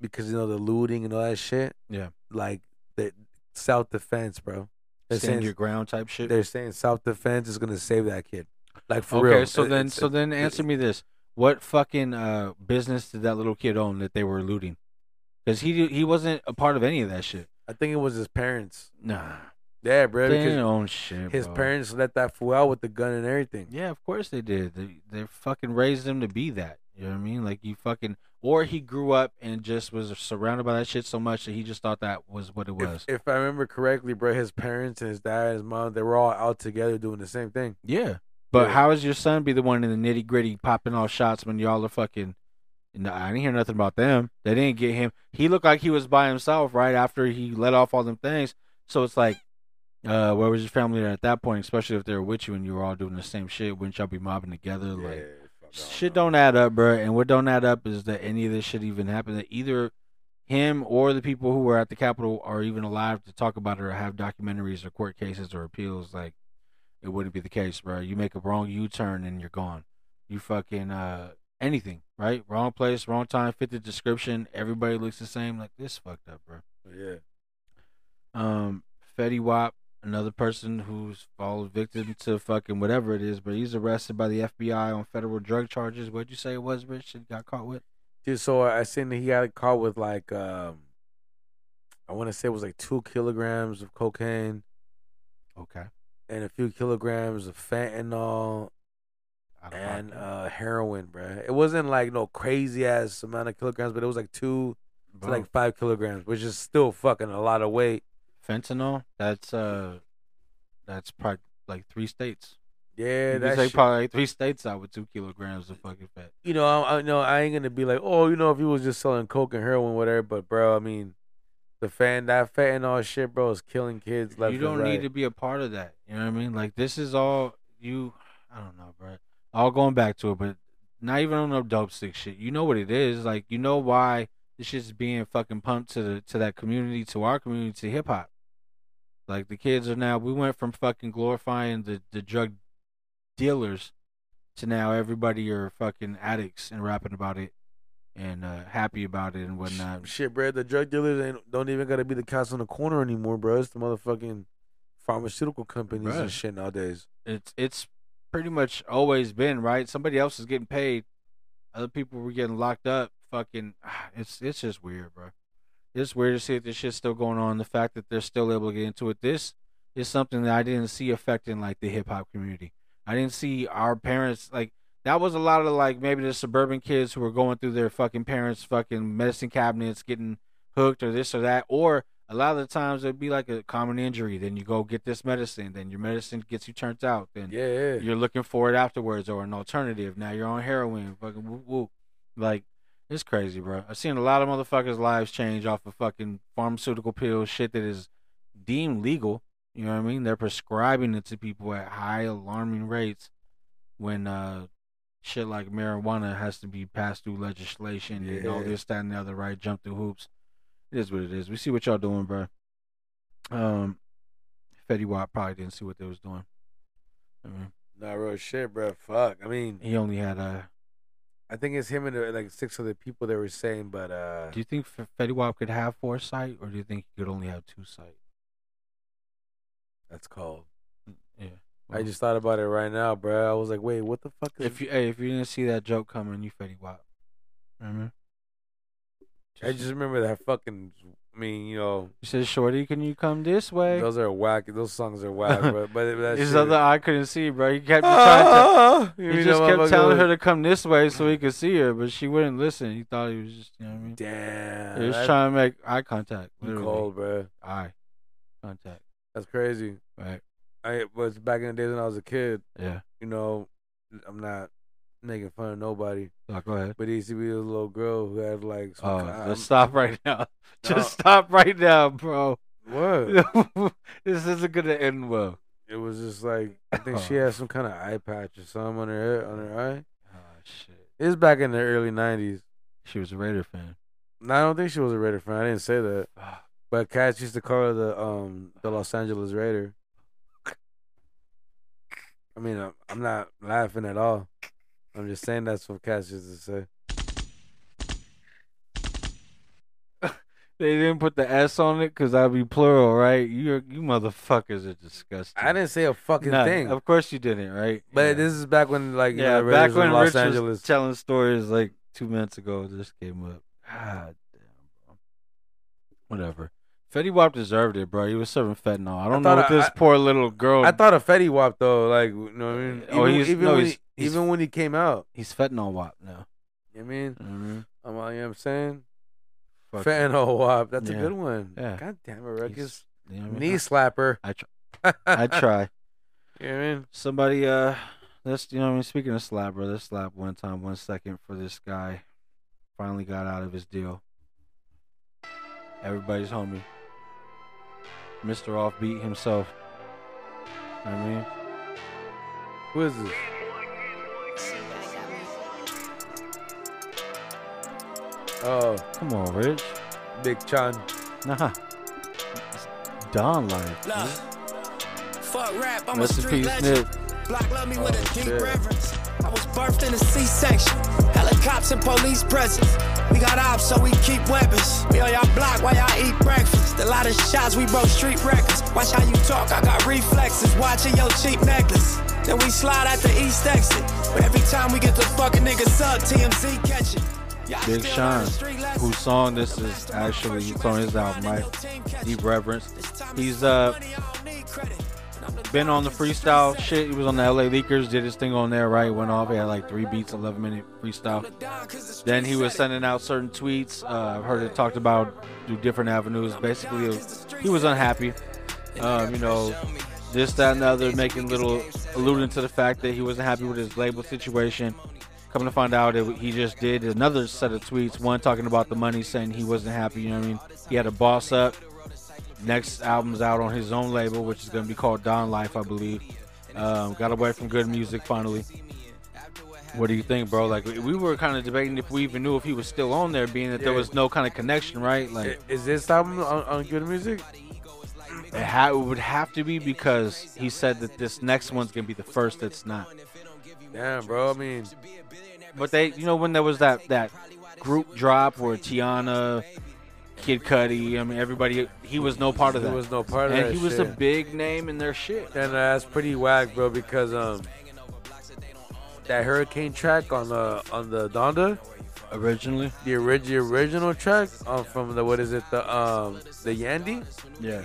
S4: because you know the looting and all that shit.
S3: Yeah.
S4: Like that self defense, bro. They're
S3: stand
S4: saying
S3: your ground type shit.
S4: they're saying self defense is gonna save that kid. Like for
S3: okay,
S4: real.
S3: so
S4: It-
S3: then,
S4: it's-
S3: so then, answer me this: What fucking uh, business did that little kid own that they were looting? Because he he wasn't a part of any of that shit.
S4: I think it was his parents.
S3: Nah,
S4: Yeah, bro.
S3: they
S4: Because
S3: didn't own shit.
S4: his
S3: bro.
S4: parents let that fool out with the gun and everything.
S3: Yeah, of course they did. They they fucking raised him to be that. You know what I mean? Like you fucking, or he grew up and just was surrounded by that shit so much that he just thought that was what it was.
S4: If, if I remember correctly, bro, his parents and his dad and his mom, they were all out together doing the same thing.
S3: yeah, but
S4: Yeah.
S3: how is your son be the one in the nitty gritty popping off shots when y'all are fucking? No, I didn't hear nothing about them. They didn't get him. He looked like he was by himself right after he let off all them things. So it's like, uh, where was your family at that point? Especially if they were with you and you were all doing the same shit. Wouldn't y'all be mobbing together? Like, shit don't add up, bro. And what don't add up is that any of this shit even happened. That either him or the people who were at the Capitol are even alive to talk about it or have documentaries or court cases or appeals. Like it wouldn't be the case, bro. You make a wrong U-turn and you're gone. You fucking uh anything, right? Wrong place, wrong time, fit the description. Everybody looks the same. Like this fucked up, bro.
S4: Yeah.
S3: Um, Fetty Wap, another person who's fallen victim to fucking whatever it is, but he's arrested by the FBI on federal drug charges. What'd you say it was, Rich? That got caught with?
S4: Dude, so I seen that he got caught with like um I wanna say it was like two kilograms of cocaine
S3: Okay.
S4: and a few kilograms of fentanyl
S3: Out of
S4: and
S3: pocket.
S4: uh heroin, bruh. It wasn't like no crazy ass amount of kilograms, but it was like two to
S3: Bro,
S4: like five kilograms, which is still fucking a lot of weight.
S3: fentanyl. That's uh, that's probably like three states.
S4: Yeah,
S3: you
S4: that's
S3: could take probably like three states out with two kilograms of fucking fat.
S4: you know, I, I know I ain't gonna be like, oh, you know, if he was just selling coke and heroin, whatever. But bro, I mean, the fan that fat and all shit, bro, is killing kids left
S3: you
S4: and
S3: don't
S4: right.
S3: need to be a part of that. You know what I mean? Like this is all you. I don't know, bro. All going back to it, but not even on no dope stick shit. You know what it is? Like you know why this shit's being fucking pumped to the to that community, to our community, to hip hop. Like the kids are now. We went from fucking glorifying the the drug dealers to now everybody are fucking addicts and rapping about it and uh, happy about it and whatnot.
S4: Shit, bro, the drug dealers ain't don't even gotta be the cops on the corner anymore, bro. It's the motherfucking pharmaceutical companies
S3: Bruh.
S4: and shit nowadays.
S3: it's it's pretty much always been right. Somebody else is getting paid, other people were getting locked up. Fucking, it's it's just weird, bro. It's weird to see that this shit's still going on. The fact that they're still able to get into it. This is something that I didn't see affecting like the hip hop community. I didn't see our parents like that was a lot of like maybe the suburban kids who were going through their fucking parents' fucking medicine cabinets getting hooked or this or that or a lot of the times it'd be like a common injury. Then you go get this medicine. Then your medicine gets you turned out. Then
S4: Yeah, yeah.
S3: you're looking for it afterwards or an alternative. Now you're on heroin. Fucking woo woo. Like, it's crazy, bro. I've seen a lot of motherfuckers' lives change off of fucking pharmaceutical pills, shit that is deemed legal. You know what I mean? They're prescribing it to people at high alarming rates when uh shit like marijuana has to be passed through legislation and all
S4: Yeah.
S3: this, that, and the other, right? Jump through hoops. It is what it is. We see what y'all doing, bro. Um Fetty Wap probably didn't see what they was doing. I mean,
S4: Nah, real shit, bro. Fuck. I mean,
S3: he only had a.
S4: I think it's him and uh, like six other people that were saying, but uh,
S3: Do you think F- Fetty Wap could have four sight, or do you think he could only have two sight?
S4: that's cold.
S3: Yeah.
S4: I just thought about it right now, bro. I was like, wait, what the fuck is
S3: If you hey, if you didn't see that joke coming, you Fetty Wap. Remember?
S4: Mm-hmm. I just remember that fucking. I mean, you know,
S3: He said, "Shorty, can you come this way?"
S4: those are whack. Those songs are whack, bro. But that
S3: His
S4: shit-
S3: other eye couldn't see, bro. He kept trying
S4: You
S3: to.
S4: mean
S3: He just
S4: that
S3: kept
S4: motherfucker
S3: telling her
S4: was-
S3: to come this way so he could see her, but she wouldn't listen. He thought he was just, you know what I mean?
S4: Damn,
S3: He was
S4: that's
S3: trying to make eye contact, literally
S4: cold, bro.
S3: eye contact,
S4: That's crazy.
S3: right?
S4: I was back in the days when I was a kid.
S3: Yeah.
S4: You know, I'm not making fun of nobody,
S3: Oh, go ahead.
S4: but there used to be this little girl who had like. Some
S3: Oh,
S4: ki- I'm-
S3: just stop right now. Just
S4: No.
S3: stop right now, bro.
S4: What?
S3: this isn't gonna end well.
S4: It was just like I think she
S3: Oh.
S4: had some kind of eye patch or something on her on her eye.
S3: Oh shit.
S4: It's back in the early '90s.
S3: She was a Raider fan.
S4: No, I don't think she was a Raider fan. I didn't say that.
S3: Ah.
S4: But Cats used to call her the um the Los Angeles Raider. I mean, I'm, I'm not laughing at all. I'm just saying that's what Cats used to say.
S3: They didn't put the S on it because that'd be plural, right? You you motherfuckers are disgusting.
S4: I didn't say a fucking
S3: Nah,
S4: thing.
S3: Of course you didn't, right?
S4: but
S3: yeah.
S4: this is back when like you
S3: yeah,
S4: know, the
S3: back
S4: Raiders
S3: when
S4: in Los
S3: Rich
S4: Angeles.
S3: was telling stories like two minutes ago, this came up. God damn, bro. Whatever. Fetty Wap deserved it, bro. He was serving fentanyl. I don't know
S4: thought
S3: what
S4: I-
S3: this
S4: I-
S3: poor little girl.
S4: I thought of Fetty Wap though, like you know what I mean.
S3: Oh,
S4: Even-
S3: he's-
S4: even
S3: no,
S4: when
S3: he's-
S4: he,
S3: he's-
S4: even when he came out,
S3: he's fentanyl Wap now.
S4: You know what I mean?
S3: You know what I mean?
S4: I'm, like, you know what I'm saying?
S3: Fuck it.
S4: Fentanyl wop. That's
S3: Yeah.
S4: a good one.
S3: Yeah.
S4: God damn it,
S3: He's-
S4: Ruckus.
S3: you know what I mean?
S4: Knee slapper.
S3: I tr- I try.
S4: You know what I mean?
S3: Somebody, uh, this, you know what I mean? Speaking of slap, bro, this slap one time, one second for this guy finally got out of his deal. Everybody's homie. Mr. Offbeat himself. You know what I mean?
S4: Who is this? Oh,
S3: Come on, Rich.
S4: Big Chun.
S3: Nah. It's Don life.
S1: Nah. Fuck rap, I'm
S3: Rest
S1: a
S3: in
S1: street
S3: peace,
S1: legend.
S3: Nip.
S1: Block love me with a deep
S4: shit.
S1: reverence. I was birthed in a C-section. Helicopters and police presence. We got ops, so we keep weapons. We on y'all block while y'all eat breakfast. A lot of shots, we broke street records. Watch how you talk, I got reflexes. Watching your cheap necklace. Then we slide at the east exit. But every time we get the fucking niggas up, TMZ catch it. Y'all
S3: Big
S1: still on
S3: Sean,
S1: the street lesson.
S3: whose song this is actually, it's on his album, right? Deep Reverence. He's, uh, been on the freestyle shit. He was on the LA Leakers, did his thing on there, right? Went off. He had like three beats, 11 minute freestyle. Then he was sending out certain tweets. Uh, I've heard it talked about through different avenues. Basically, it was- he was unhappy. Um, you know, this, that, and the other, making little alluding to the fact that he wasn't happy with his label situation. Coming to find out, it, he just did another set of tweets. One talking about the money, saying he wasn't happy. You know what I mean? He had a boss up. Next album's out on his own label, which is going to be called Don Life, I believe. Um, got away from good music finally. What do you think, bro? Like we- we were kind of debating if we even knew if he was still on there, being that there
S4: Yeah.
S3: was no kind of connection, right? Like
S4: I- Is this album on, on Good Music?
S3: it, ha- it would have to be because he said that this next one's gonna be the first that's not.
S4: Damn, bro. I mean,
S3: But they, you know, when there was that that group drop where Tiana, Kid Cudi, I mean, everybody, he was no part of
S4: there
S3: that,
S4: was no part of
S3: and
S4: that
S3: he was
S4: shit.
S3: a big name in their shit.
S4: And uh, that's pretty whack, bro. Because um, that hurricane track on the on the Donda,
S3: Originally,
S4: the original original track uh, from the what is it the um the Yandy,
S3: yeah,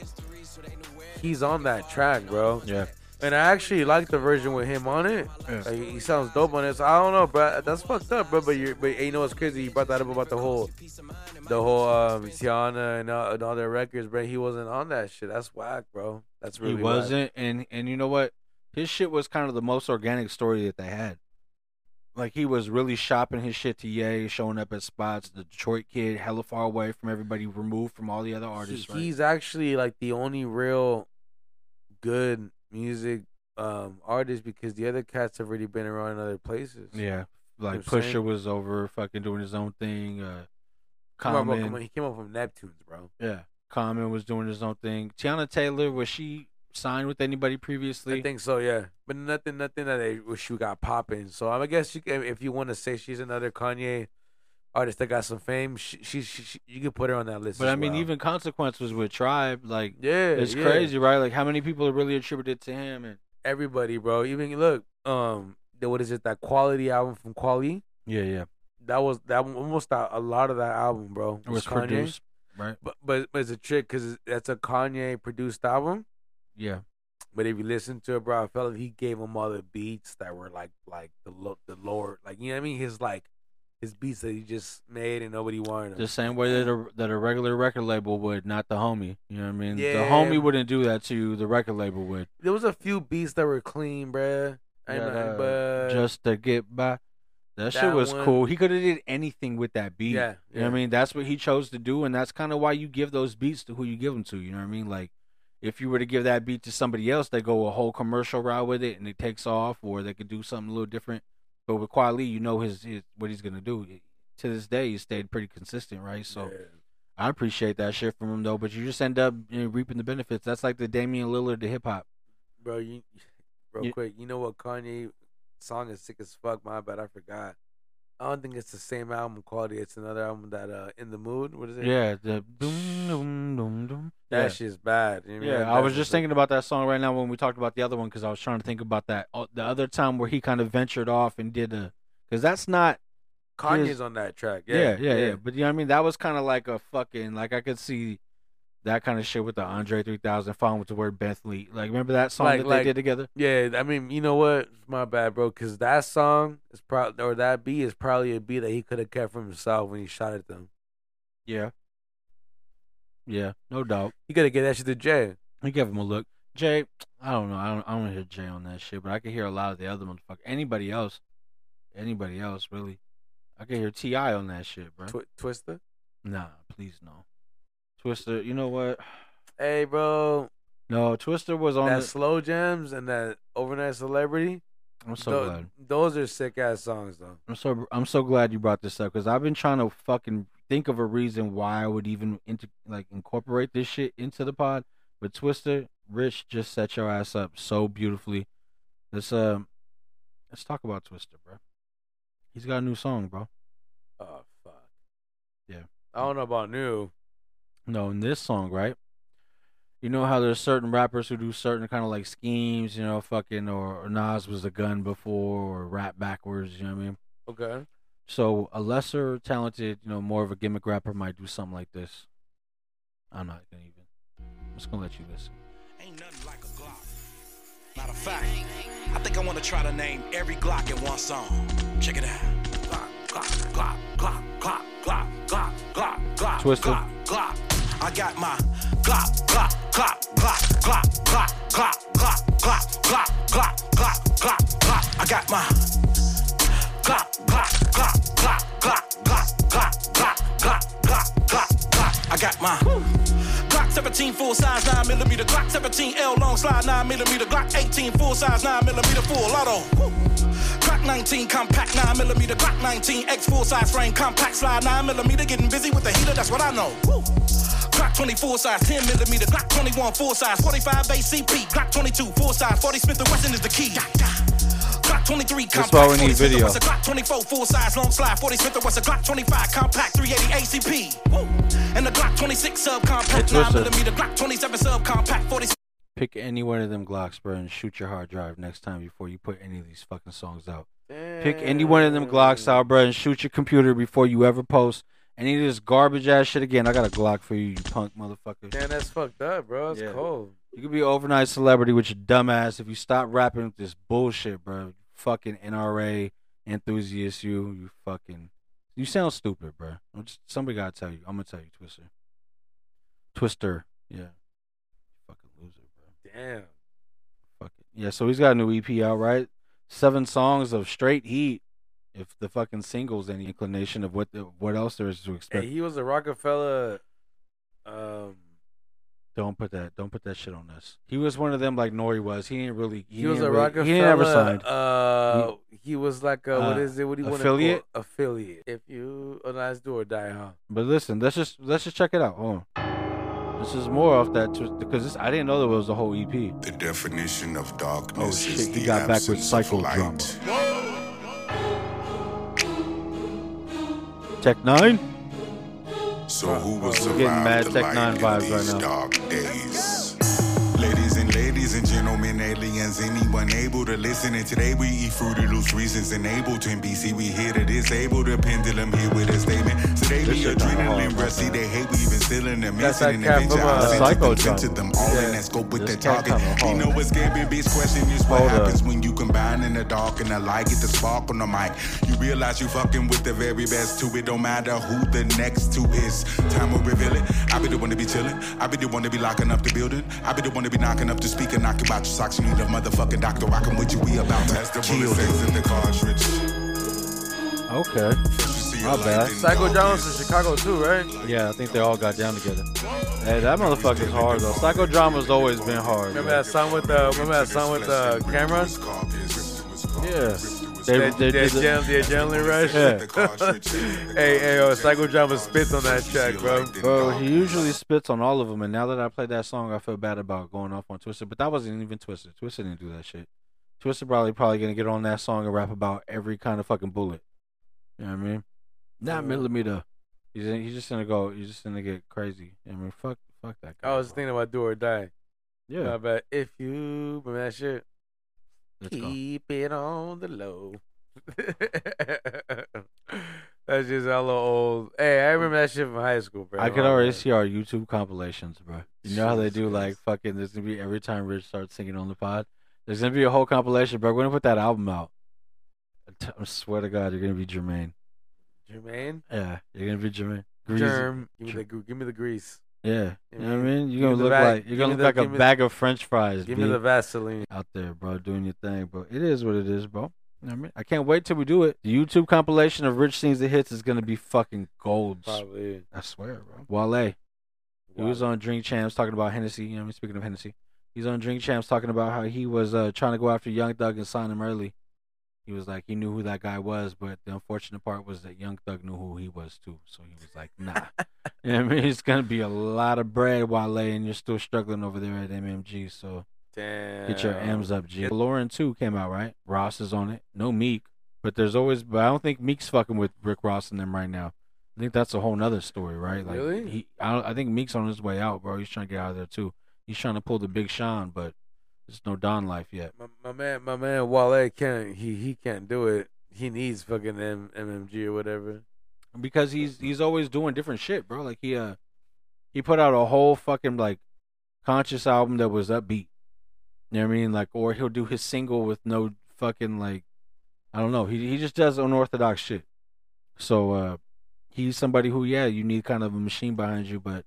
S4: he's on that track, bro.
S3: yeah,
S4: And I actually like the version with him on it.
S3: Yeah.
S4: Like, he sounds dope on this. I don't know, bro. That's fucked up, bro. But you, but you know what's crazy? You brought that up about the whole, the whole um Tiana and all, and all their records, bro. He wasn't on that shit. That's whack, bro. That's
S3: he
S4: really whack.
S3: wasn't, and and you know what, his shit was kind of the most organic story that they had. Like he was really shopping his shit to Ye, showing up at spots. The Detroit kid, hella far away from everybody, removed from all the other artists.
S4: He-
S3: right?
S4: He's actually like the only real good music um artist because the other cats have already been around in other places.
S3: Yeah, like
S4: what I'm
S3: Pusher
S4: saying?
S3: was over fucking doing his own thing. Uh,
S4: Come on, bro, come on.
S3: Common,
S4: He came up from Neptunes, bro.
S3: yeah, Common was doing his own thing. Tiana Taylor was she signed with anybody previously?
S4: I think so, yeah. But nothing, nothing that they, well, she got popping. So I guess you can, if you want to say she's another Kanye artist that got some fame, she, she, she, she- you could put her on that list.
S3: but
S4: as
S3: I mean,
S4: well.
S3: even Consequence was with Tribe. Like
S4: yeah,
S3: it's
S4: yeah.
S3: crazy, right? Like how many people are really attributed to him? And
S4: Everybody, bro. Even look, um, the, what is it? That quality album from Quali.
S3: yeah, yeah,
S4: That was that one- almost a, a lot of that album, bro.
S3: it was
S4: Kanye.
S3: produced, right?
S4: but but, but it's a trick because that's a Kanye produced album.
S3: Yeah,
S4: But if you listen to it, bro, I felt like he gave him all the beats that were like like the lo- the Lord, like you know what I mean. His like his beats that he just made and nobody wanted them.
S3: the same way that a that a regular record label would, not the homie. You know what I mean? The
S4: Yeah.
S3: homie wouldn't do that to you. The record label would.
S4: there was a few beats that were clean, bruh. Ain't
S3: Yeah,
S4: nothing
S3: that-
S4: but
S3: just to get by. That, shit
S4: Uh, That
S3: was
S4: one-
S3: cool. He could have did anything with that beat.
S4: Yeah,
S3: You know what I
S4: yeah.
S3: mean? That's what he chose to do, and that's kind of why you give those beats to who you give them to. You know what I mean? Like, if you were to give that beat to somebody else, they go a whole commercial route with it, and it takes off, or they could do something a little different. But with Kwali, you know his, his what he's gonna do. To this day, he stayed pretty consistent, right? So
S4: Yeah.
S3: I appreciate that shit from him though. But you just end up you know, reaping the benefits. That's like the Damian Lillard to hip hop.
S4: bro, you real
S3: You-
S4: quick. You know what Kanye song is sick as fuck? My bad, I forgot. I don't think it's the same album quality. It's another album that uh, in the mood. What is it?
S3: Yeah, the boom, boom, boom, boom.
S4: that
S3: Yeah.
S4: shit's bad. You know what
S3: Yeah,
S4: mean?
S3: I
S4: That
S3: was
S4: shit's
S3: just
S4: like-
S3: thinking about that song right now when we talked about the other one because I was trying to think about that oh, the other time where he kind of ventured off and did a because that's not
S4: Kanye's
S3: his-
S4: on that track.
S3: yeah yeah, yeah yeah but you know what I mean that was kind of like a fucking like I could see that kind of shit with the Andre 3000 font with the word Bentley. Like, remember that song
S4: Like-
S3: that
S4: like-
S3: they did together?
S4: Yeah, I mean, you know what? My bad, bro. Because that song is probably or that beat is probably a beat that he could have kept for himself when he shot at them.
S3: Yeah. Yeah, no doubt.
S4: He could have get that shit to Jay.
S3: I give him a look. Jay, I don't know. I don't. I don't hear Jay on that shit, but I can hear a lot of the other motherfuckers. Anybody else? Anybody else? Really? I can hear Ti on that shit, bro.
S4: Twi- Twister.
S3: nah, please no. Twister, you know what?
S4: Hey, bro.
S3: No, Twister was on.
S4: that
S3: The,
S4: slow jams and that overnight celebrity.
S3: I'm so
S4: tho-
S3: glad.
S4: Those are sick ass songs though.
S3: I'm so. I'm so glad you brought this up because I've been trying to fucking think of a reason why I would even inter, like incorporate this shit into the pod. But Twister, Rich just set your ass up so beautifully. Let's um, let's talk about Twister, bro. He's got a new song, bro.
S4: Oh fuck.
S3: Yeah.
S4: I don't know about new.
S3: No, in this song, right? You know how there's certain rappers who do certain kind of like schemes, you know, fucking or, or Nas was a gun before or rap backwards, you know what I mean?
S4: Okay.
S3: So a lesser talented, you know, more of a gimmick rapper might do something like this. I'm not gonna even. I'm just gonna let you listen.
S5: Ain't nothing like a Glock. Matter of fact, I think I want to try to name every Glock in one song. Check it out. Glock, Glock, Glock, Glock, Glock, Glock, Glock, Glock,
S3: Twisted.
S5: Glock, Glock. I got my Glock, Glock, Glock, Glock, Glock, Glock, Glock, Glock, Glock, Glock, Glock, Glock, Glock, Glock. I got my Glock, Glock, Glock, Glock, Glock, Glock, Glock, Glock, Glock, Glock, Glock, Glock. I got my Glock 17 full size 9 millimeter, Glock 17 L long slide 9 millimeter, Glock 18 full size 9 millimeter full auto. Woo. Glock 19 compact 9 millimeter, Glock 19 X full size frame compact slide 9 millimeter. Getting busy with the heater, that's what I know. Woo. Glock 24 size 10 millimeter, Glock 21 full size 45 base CP, Glock 22 full size 40 Smith and Wesson is the key. Glock 23 compact.
S3: why we need
S5: 40 Smith and
S3: video.
S5: Wesson, Glock 24 full size long slide 40 Smith and Wesson, Glock 25 compact 380 ACP. Woo. And the Glock 26 subcompact
S3: It's
S5: 9
S3: Wesson.
S5: millimeter, Glock 27 subcompact 40.
S3: Pick any one of them Glocks, bro, and shoot your hard drive next time before you put any of these fucking songs out. Pick any one of them Glocks out, bro, and shoot your computer before you ever post any of this garbage ass shit again. I got a Glock for you, you punk motherfucker.
S4: Damn, that's fucked up, bro. It's
S3: Yeah.
S4: cold.
S3: You could be an overnight celebrity with your dumbass if you stop rapping with this bullshit, bro. You fucking NRA enthusiast, you. You fucking. You sound stupid, bro. I'm just, somebody gotta tell you. I'm gonna tell you, Twister. Twister, yeah. Fucking loser, bro.
S4: Damn.
S3: Fucking yeah. So he's got a new EP out, right? Seven songs of straight heat. If the fucking singles any inclination of what the, what else there is to expect,
S4: Hey, he was a Rockefeller. Um,
S3: don't put that don't put that shit on us. He was one of them like Nori was. He didn't really. He,
S4: he, was a
S3: didn't
S4: Rockefeller.
S3: really, He never signed.
S4: Uh, he, was like a, what
S3: Uh,
S4: is it? What do you want
S3: affiliate?
S4: Affiliate. If you, oh, no, let's do or die, huh?
S3: But listen, let's just let's just check it out. Hold on. This is more off that tw- because this, I didn't know there was a whole E EP.
S6: The definition of darkness
S3: Oh,
S6: is
S3: shit,
S6: the
S3: he got back with
S6: absence of
S3: psychodrama.
S6: light.
S3: Tech Nine.
S6: So who will
S3: getting
S6: survive
S3: mad
S6: the
S3: Tech
S6: light
S3: Nine
S6: in
S3: vibes
S6: these
S3: right now.
S6: dark days? Ladies and ladies and gentlemen, aliens, anyone able to listen. And today we eat fruity loose reasons and able to BC. We here to disable the pendulum here with a statement. Today
S3: This
S6: we
S3: shit kinda hard,
S6: adrenaline
S3: bro.
S6: rusty. They hate we even stealing them.
S4: That's
S6: missing
S4: that cat
S6: and venture.
S4: from,
S6: I
S4: uh,
S6: sent them,
S3: Psychodrama.
S6: sent to them all
S4: Yeah.
S6: in that scope with
S3: This
S6: the
S3: cat
S6: target.
S3: kinda
S6: He
S3: hard.
S6: know what's gambling. Bitch, question is what
S3: Hold up.
S6: happens when you combine in the dark and the light. Get the spark on the mic. You realize you fucking with the very best too. It don't matter who the next two is. Time will reveal it. I be the one to be chillin'. I be the one to be locking up the building. I be the one to be knocking up the speaker. Knocking out your socks. You need a motherfucking doctor. Rockin' with you. We about to That's the kill things in the cartridge.
S3: Okay. My bad.
S4: Psycho Jones in Chicago too, right?
S3: Yeah, I think they all got down together. Hey, that motherfucker's hard though. Psychodrama's always been hard.
S4: Remember
S3: bro.
S4: that song with uh, remember that song with uh, Cameron?
S3: Yeah. They,
S4: They,
S3: they,
S4: they,
S3: did the-
S4: gen- the adrenaline rush.
S3: Yeah.
S4: hey, hey, yo, Psycho Drama spits on that track, bro.
S3: Bro, he usually spits on all of them, and now that I played that song, I feel bad about going off on Twisted. But that wasn't even Twisted. Twisted didn't do that shit. Twisted probably probably gonna get on that song and rap about every kind of fucking bullet. You know what I mean? Not
S4: Yeah.
S3: millimeter. He's in, he's just gonna go. He's just gonna get crazy. I mean, fuck, fuck that guy.
S4: I was
S3: bro.
S4: thinking about Do or Die.
S3: yeah.
S4: My bad. If you remember that shit,
S3: let's go.
S4: keep it on the low. that That's just hella old. Hey, I remember that shit from high school, bro.
S3: I could
S4: Oh,
S3: already
S4: man.
S3: see our YouTube compilations, bro. You know how they
S4: Jesus
S3: do like
S4: Christ.
S3: fucking. There's gonna be every time Rich starts singing on the pod. There's gonna be a whole compilation, bro. We're gonna put that album out. I t- I swear to God, you're gonna be Jermaine.
S4: Jermaine.
S3: Yeah, you're gonna be Jermaine. Greasy.
S4: Germ. Give me the gr- give me the grease.
S3: Yeah, you
S4: Give
S3: know what I
S4: me-
S3: mean. You're
S4: give me
S3: gonna
S4: the
S3: look
S4: bag-
S3: like you're
S4: give
S3: gonna look
S4: me the-
S3: like a
S4: give me the-
S3: bag of French fries.
S4: Give me
S3: B.
S4: the Vaseline.
S3: out there, bro, doing your thing, bro. It is what it is, bro. You know what I mean, I can't wait till we do it. The YouTube compilation of Rich Sings the Hits is gonna be fucking gold.
S4: Probably.
S3: I swear, bro. Wale, he was on Drink Champs talking about Hennessy. You know, what I mean, speaking of Hennessy, he's on Drink Champs talking about how he was uh, trying to go after Young Thug and sign him early. He was like, he knew who that guy was, but the unfortunate part was that Young Thug knew who he was too. So he was like, nah. you know what I mean, it's gonna be a lot of bread, Wale, and you're still struggling over there at MMG. So
S4: Damn.
S3: get your M's up, G. Lauren two came out right. Ross is on it. No Meek, but there's always. But I don't think Meek's fucking with Rick Ross and them right now. I think that's a whole nother story, right? Like
S4: Really?
S3: he, I, don't- I think Meek's on his way out, bro. He's trying to get out of there too. He's trying to pull the Big Sean, but there's no Don life yet.
S4: My, my man, my man Wale can't. He he can't do it. He needs fucking M- MMG or whatever.
S3: because he's he's always doing different shit, bro. Like he uh he put out a whole fucking like conscious album that was upbeat. You know what I mean? Like or he'll do his single with no fucking like I don't know. He he just does unorthodox shit. So uh he's somebody who yeah, you need kind of a machine behind you, but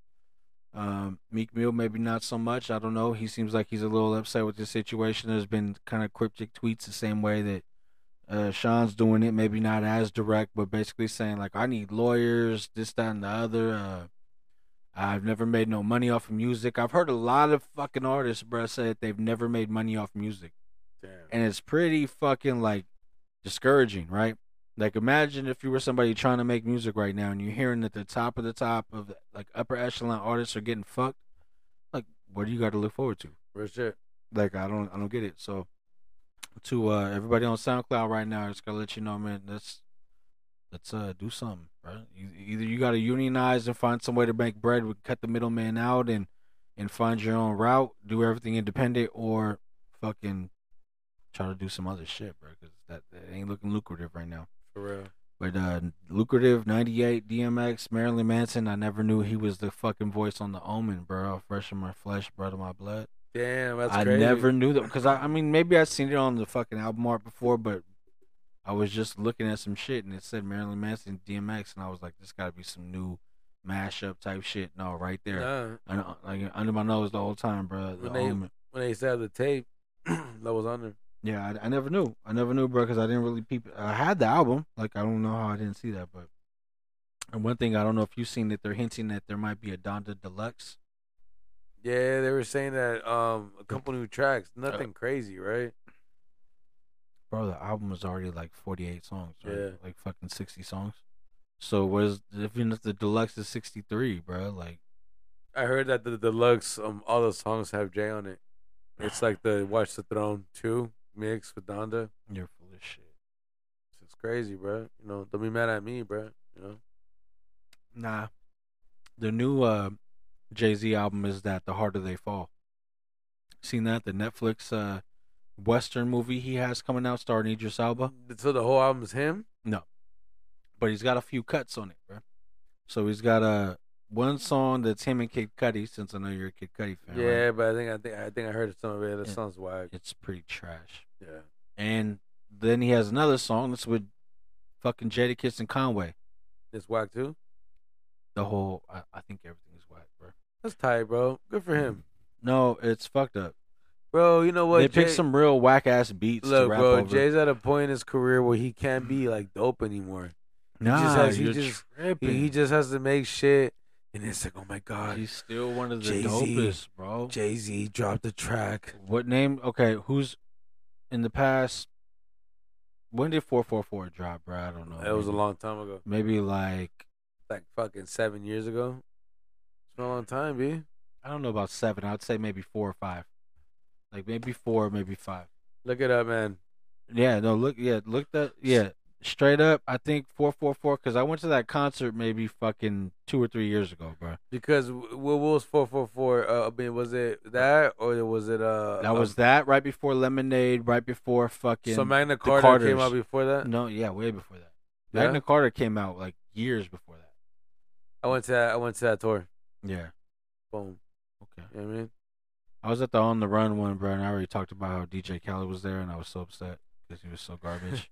S3: um Meek Mill maybe not so much. I don't know. He seems like he's a little upset with this situation. There's been kind of cryptic tweets the same way that uh, Sean's doing it, maybe not as direct, but basically saying like, I need lawyers, this, that, and the other. Uh, I've never made no money off of music. I've heard a lot of fucking artists, bruh, say that they've never made money off music,
S4: Damn.
S3: and it's pretty fucking like discouraging, right? Like, imagine if you were somebody trying to make music right now, and you're hearing that the top of the top of like upper echelon artists are getting fucked. Like, what do you got to look forward to?
S4: For sure.
S3: like I don't I don't get it. So to uh everybody on SoundCloud right now, I just gotta let you know, man, let's let's uh do something, right? E- Either you gotta unionize and find some way to make bread, we cut the middleman out and and find your own route, do everything independent, or fucking try to do some other shit, bro, because that, that ain't looking lucrative right now.
S4: For real.
S3: But uh, lucrative '98 DMX Marilyn Manson. I never knew he was the fucking voice on The Omen, bro. Fresh in my flesh, blood in my blood.
S4: Damn, that's
S3: I
S4: crazy.
S3: never knew that because I, I mean maybe I seen it on the fucking album art before, but I was just looking at some shit and it said Marilyn Manson DMX, and I was like, this got to be some new mashup type shit. No, right there,
S4: Nah,
S3: And, uh, like under my nose the whole time, bro. The
S4: When they-
S3: Omen.
S4: when they said the tape that was on there.
S3: Yeah, I, I never knew. I never knew, bro, because I didn't really peep. I had the album, like I don't know how I didn't see that, but and one thing I don't know if you've seen that they're hinting that there might be a Donda Deluxe.
S4: Yeah, they were saying that um a couple new tracks,
S3: Uh.
S4: nothing crazy, right?
S3: bro, the album is already like 48 songs, right?
S4: Yeah.
S3: Like fucking 60 songs. So was even if the deluxe is 63, bro, like
S4: I heard that the deluxe, um, all the songs have Jay on it. It's like the Watch the Throne two mix with Donda.
S3: you're full of shit.
S4: It's crazy, bro. You know, don't be mad at me, bro. You know,
S3: Nah. The new uh Jay-Z album is that The Harder They Fall. Seen that the Netflix uh western movie he has coming out starring Idris Elba,
S4: so the whole album's him.
S3: but he's got a few cuts on it, bro. So he's got uh, one song that's him and Kid Cudi since I know you're a Kid Cudi fan. right?
S4: Yeah, but I think I think I think I heard some of it. That
S3: Yeah.
S4: sounds whack.
S3: It's pretty trash.
S4: Yeah,
S3: And then he has another song that's with fucking Jadakiss and Conway.
S4: it's whack too.
S3: The whole, I, I think everything is whack, bro.
S4: That's tight, bro. Good for him,
S3: No, it's fucked up.
S4: bro. You know what?
S3: they picked
S4: Jay-
S3: some real whack ass beats to
S4: Look,
S3: rap
S4: bro.
S3: over.
S4: Jay's at a point in his career where he can't be like dope anymore.
S3: nah,
S4: just has- he
S3: you're
S4: just-
S3: tripping.
S4: He, he just has to make shit, and it's like, oh my god,
S3: He's still one of the
S4: Jay-Z.
S3: dopest, bro.
S4: Jay Z dropped a track.
S3: what name? Okay, who's in the past? When did 444 drop, bro? I don't know.
S4: It was a
S3: Maybe-
S4: long time ago,
S3: Maybe like,
S4: like fucking seven years ago. It's been a long time, b.
S3: I don't know about seven. I'd say maybe four or five. Like maybe four, maybe five.
S4: Look it up, man.
S3: Yeah, no, look, yeah, look that, yeah, straight up. I think four four four because I went to that concert maybe fucking two or three years ago,
S4: Uh,
S3: bro.
S4: Because w- what was four four four? Uh, I mean, was it that or was it uh?
S3: That
S4: um,
S3: was that right before Lemonade, right before fucking.
S4: so Magna Carta came
S3: Carters.
S4: out before that.
S3: no, yeah, way before that.
S4: Yeah?
S3: Magna Carta came out like years before that.
S4: I went to that, I went to that tour.
S3: Yeah.
S4: Boom.
S3: Okay.
S4: You know what I mean?
S3: I was at the On the Run one, bro, and I already talked about how DJ Khaled was there, and I was so upset because he was so garbage.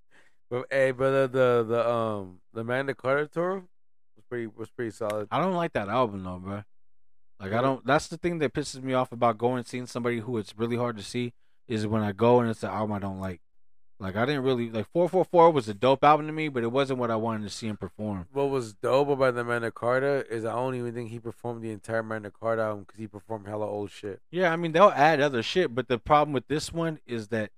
S4: But hey, brother, the the um the Magna Carta tour was pretty was pretty solid.
S3: I don't like that album though, bro. Like I don't. That's the thing that pisses me off about going and seeing somebody who it's really hard to see is when I go and it's an album I don't like. Like I didn't really like four four four was a dope album to me, but it wasn't what I wanted to see him perform.
S4: What was dope about the Magna Carta is I don't even think he performed the entire Magna Carta album because he performed hella old shit.
S3: Yeah, I mean they'll add other shit, but the problem with this one is that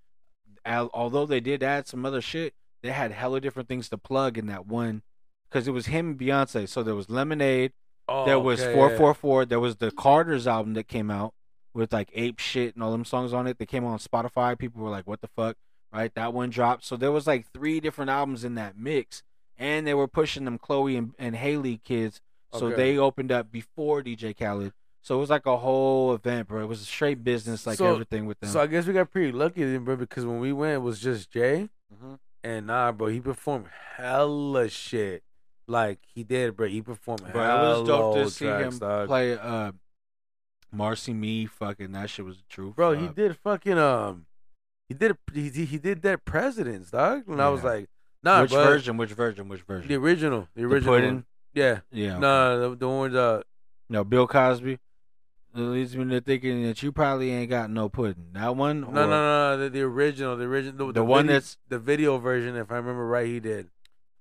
S3: al- although they did add some other shit, they had hella different things to plug in that one because it was him and Beyonce. So there was Lemonade,
S4: Oh,
S3: there was
S4: okay,
S3: four
S4: yeah.
S3: four four. There was the Carter's album that came out with like ape shit and all them songs on it. They came on Spotify. People were like, "What the fuck?" Right? That one dropped. So there was like three different albums in that mix, and they were pushing them Chloe and, and Haley kids. So
S4: Okay.
S3: they opened up before DJ Khaled. So it was like a whole event, bro. It was straight business, like
S4: So-
S3: everything with them.
S4: So I guess we got pretty lucky then, bro, because when we went, it was just Jay.
S3: Mhm.
S4: And nah, bro, he performed hella shit. Like he did, bro. He performed
S3: But
S4: hella
S3: it was dope to
S4: old
S3: see
S4: tracks,
S3: him
S4: dog.
S3: play uh, Marcy Me. Fucking that shit was the truth.
S4: Bro,
S3: Uh,
S4: he did fucking um, he did he did, he did that presidents, dog. And I was
S3: Yeah.
S4: like, nah,
S3: which
S4: bro,
S3: version? Which version? Which version?
S4: the original, the
S3: The
S4: original,
S3: Puddin'?
S4: one. yeah,
S3: Yeah. okay.
S4: no, the, uh, the one with the
S3: No, Bill Cosby. It leads me to thinking that you probably ain't got no pudding. That one?
S4: no, no, no, the, the original, the original, the,
S3: The one
S4: video-
S3: that's-
S4: the video version, if I remember right, he did.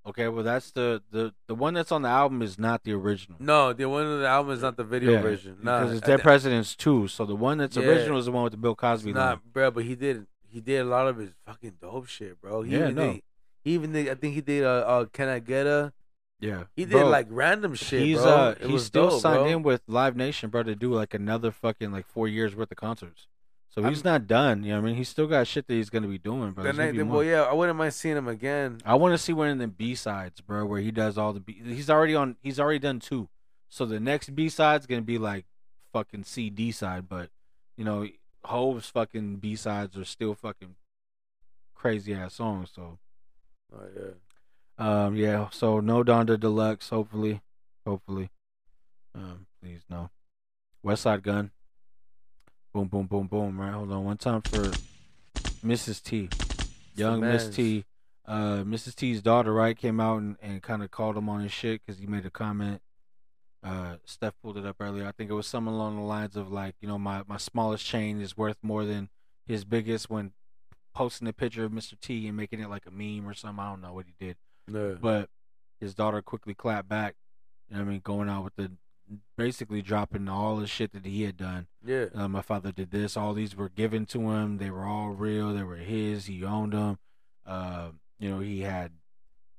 S3: Okay, well that's the the the one that's on the album is not the original.
S4: No, the one on the album is not the video
S3: Yeah,
S4: version. Nah,
S3: because it's Dead Presidents two. So the one that's
S4: Yeah.
S3: original is the one with the Bill Cosby.
S4: Nah,
S3: line.
S4: bro, but he did he did a lot of his fucking dope shit, bro. He
S3: Yeah,
S4: even
S3: no.
S4: did, he even did, I think he did uh, uh Can I Get a
S3: Yeah,
S4: he did
S3: Bro,
S4: like random shit,
S3: he's
S4: bro.
S3: uh
S4: It
S3: he's
S4: was
S3: still
S4: dope,
S3: signed
S4: bro.
S3: in with Live Nation, bro, to do like another fucking like four years worth of concerts. So
S4: I'm-
S3: he's not done. You know what I mean? He's still got shit that he's gonna be doing, bro.
S4: The
S3: There's gonna
S4: night,
S3: be
S4: the,
S3: more.
S4: well, yeah, I wouldn't mind seeing him again.
S3: I want to see one of the B sides, bro, where he does all the B. He's already on. He's already done two. So the next B side's gonna be like fucking C D side, but you know, Hove's fucking B sides are still fucking crazy ass songs. So
S4: Oh yeah,
S3: um, yeah. So no Donda Deluxe. Hopefully, hopefully. Um, please no. West Side Gun. Boom, boom, boom, boom. Right. Hold on. One time for Mrs. T. Young Miss
S4: man's.
S3: T. Uh, Mrs. T's daughter, right, came out and, and kind of called him on his shit because he made a comment. Uh, Steph pulled it up earlier. I think it was something along the lines of like, you know, my my smallest chain is worth more than his biggest when posting a picture of Mr. T and making it like a meme or something. I don't know what he did.
S4: no,
S3: But his daughter quickly clapped back. You know what I mean, going out with the basically dropping all the shit that he had done.
S4: yeah,
S3: Uh, my father did this. All these were given to him. They were all real. They were his. He owned them. Uh, you know, he had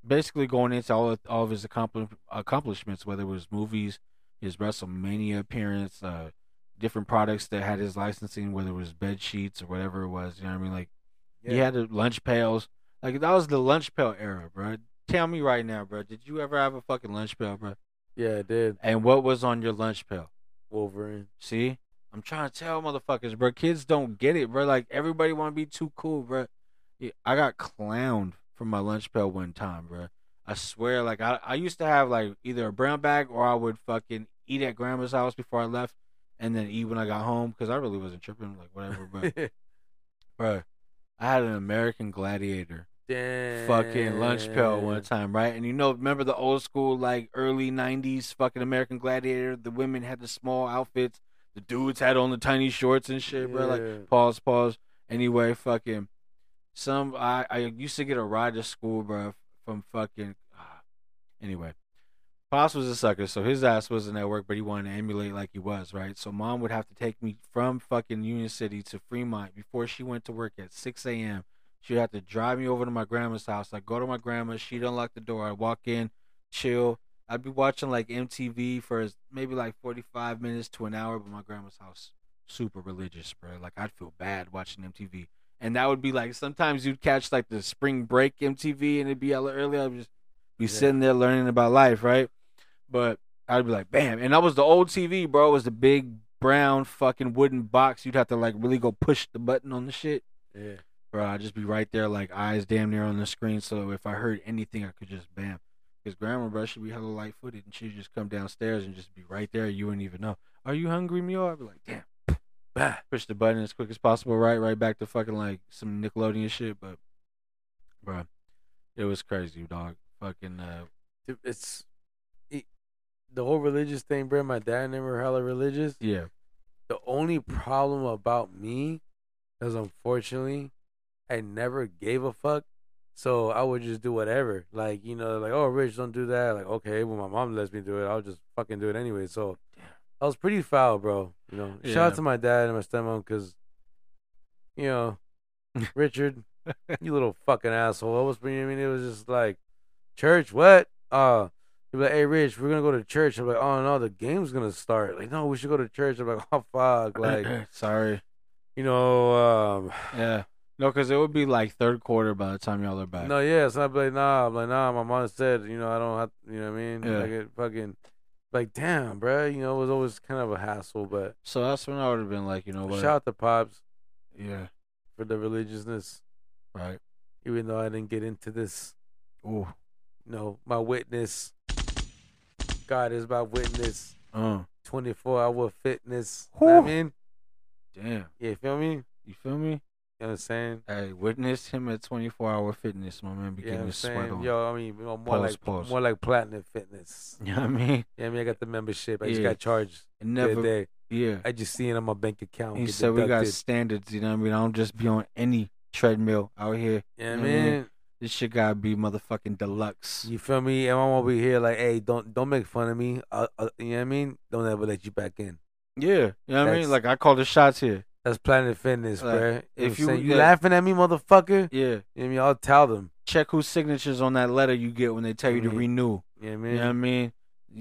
S3: basically going into all of, all of his accompli- accomplishments, whether it was movies, his WrestleMania appearance, uh, different products that had his licensing, whether it was bed sheets or whatever it was. You know what I mean? Like he had the lunch pails. Like that was the lunch pail era, bro. Tell me right now, bro. Did you ever have a fucking lunch pail, bro?
S4: yeah, I did
S3: And what was on your lunch pail?
S4: Wolverine.
S3: See, I'm trying to tell motherfuckers, bro. Kids don't get it, bro. Like everybody want to be too cool, bro. Yeah, I got clowned for my lunch pail one time, bro. I swear, like I, I used to have like either a brown bag or I would fucking eat at grandma's house before I left, and then eat when I got home because I really wasn't tripping, like whatever, but bro. I had an American Gladiator
S4: Damn,
S3: fucking lunch pail one time, right? And you know, remember the old school, like early '90s fucking American Gladiator. The women had the small outfits, the dudes had on the tiny shorts and shit, bro.
S4: Yeah.
S3: Like pause, pause. Anyway, fucking some. I I used to get a ride to school, bro, from fucking. ah. Anyway, Pops was a sucker, so his ass wasn't at work, but he wanted to emulate like he was, right? So mom would have to take me from fucking Union City to Fremont before she went to work at 6 a.m. She'd have to drive me over to my grandma's house. I'd go to my grandma. She'd unlock the door. I'd walk in, chill. I'd be watching like MTV for as- maybe like 45 minutes to an hour, but my grandma's house, super religious, bro. Like, I'd feel bad watching MTV. And that would be like sometimes you'd catch like the spring break MTV and it'd be hella early. I'd just be
S4: Yeah.
S3: sitting there learning about life, right? But I'd be like, bam. And that was the old TV, bro. It was the big brown fucking wooden box. You'd have to like really go push the button on the shit
S4: Yeah,
S3: bro. I'd just be right there, like eyes damn near on the screen. So if I heard anything, I could just bam. His grandma, bro, she be hella light footed, and she'd just come downstairs and just be right there. You wouldn't even know. Are you hungry, Mio? I'd be like, damn. Bah. Push the button as quick as possible, right? Right back to fucking like some Nickelodeon shit, but, bro, it was crazy, dog. Fucking, uh,
S4: Dude, It's it, the whole religious thing, bro. My dad never hella religious.
S3: yeah.
S4: The only problem about me is unfortunately I never gave a fuck. So I would just do whatever. Like, you know, like, oh Rich, don't do that. Like, okay, well my mom lets me do it, I'll just fucking do it anyway. So I was pretty foul, bro. You know. Shout
S3: Yeah.
S4: out to my dad and my stepmom because you know, Richard, you little fucking asshole. I was I mean it was just like church, what? Uh He'd be like, hey, Rich, we're going to go to church. I'm like, oh, no, the game's going to start. Like, no, we should go to church. I'm like, oh, fuck. Like,
S3: sorry.
S4: you know, um,
S3: Yeah. No, because it would be like third quarter by the time y'all are
S4: um,
S3: back.
S4: no, yeah. So I'd be like, nah. I'm like, nah, my mom said, you know, I don't have, you know what I mean?
S3: Yeah.
S4: Like, it fucking, like, damn, bro. You know, it was always kind of a hassle, but
S3: So that's when I would have been like, you know what?
S4: shout out to Pops
S3: yeah.
S4: for the religiousness,
S3: Right.
S4: even though I didn't get into this.
S3: Ooh.
S4: You know, my witness. God is my witness.
S3: Oh.
S4: 24 hour fitness. You know what I
S3: Whew.
S4: mean?
S3: Damn.
S4: Yeah, feel me? You
S3: You feel me?
S4: know what I'm saying?
S3: I witnessed him at 24 hour fitness. My man
S4: Yeah,
S3: became
S4: I'm
S3: a sweat
S4: saying,
S3: on.
S4: yo, I mean, you know, more
S3: Pause,
S4: like
S3: pause.
S4: more like platinum fitness.
S3: You know what I mean?
S4: Yeah, I mean, I got the membership. I just
S3: Yeah.
S4: got charged
S3: It
S4: the other
S3: never.
S4: day.
S3: Yeah.
S4: I just seen it on my bank account.
S3: He
S4: get
S3: said we got
S4: deducted.
S3: standards. You know what I mean? I don't just be on any treadmill out here.
S4: Yeah,
S3: Mhm.
S4: man.
S3: This shit gotta be motherfucking deluxe.
S4: You feel me? And I'm over here like, hey, don't don't make fun of me. Uh, uh, you know what I mean? Don't ever let you back in.
S3: Yeah. You know what I
S4: That's-
S3: mean? Like I call the shots here.
S4: That's Planet Fitness,
S3: Like,
S4: bruh. You know
S3: if
S4: if
S3: you-
S4: you you
S3: yeah.
S4: laughing at me, motherfucker,
S3: Yeah.
S4: you know what I mean? I'll tell them.
S3: Check whose signatures on that letter you get when they tell you to
S4: Mhm.
S3: renew.
S4: You know what I
S3: You
S4: mean?
S3: know what I mean?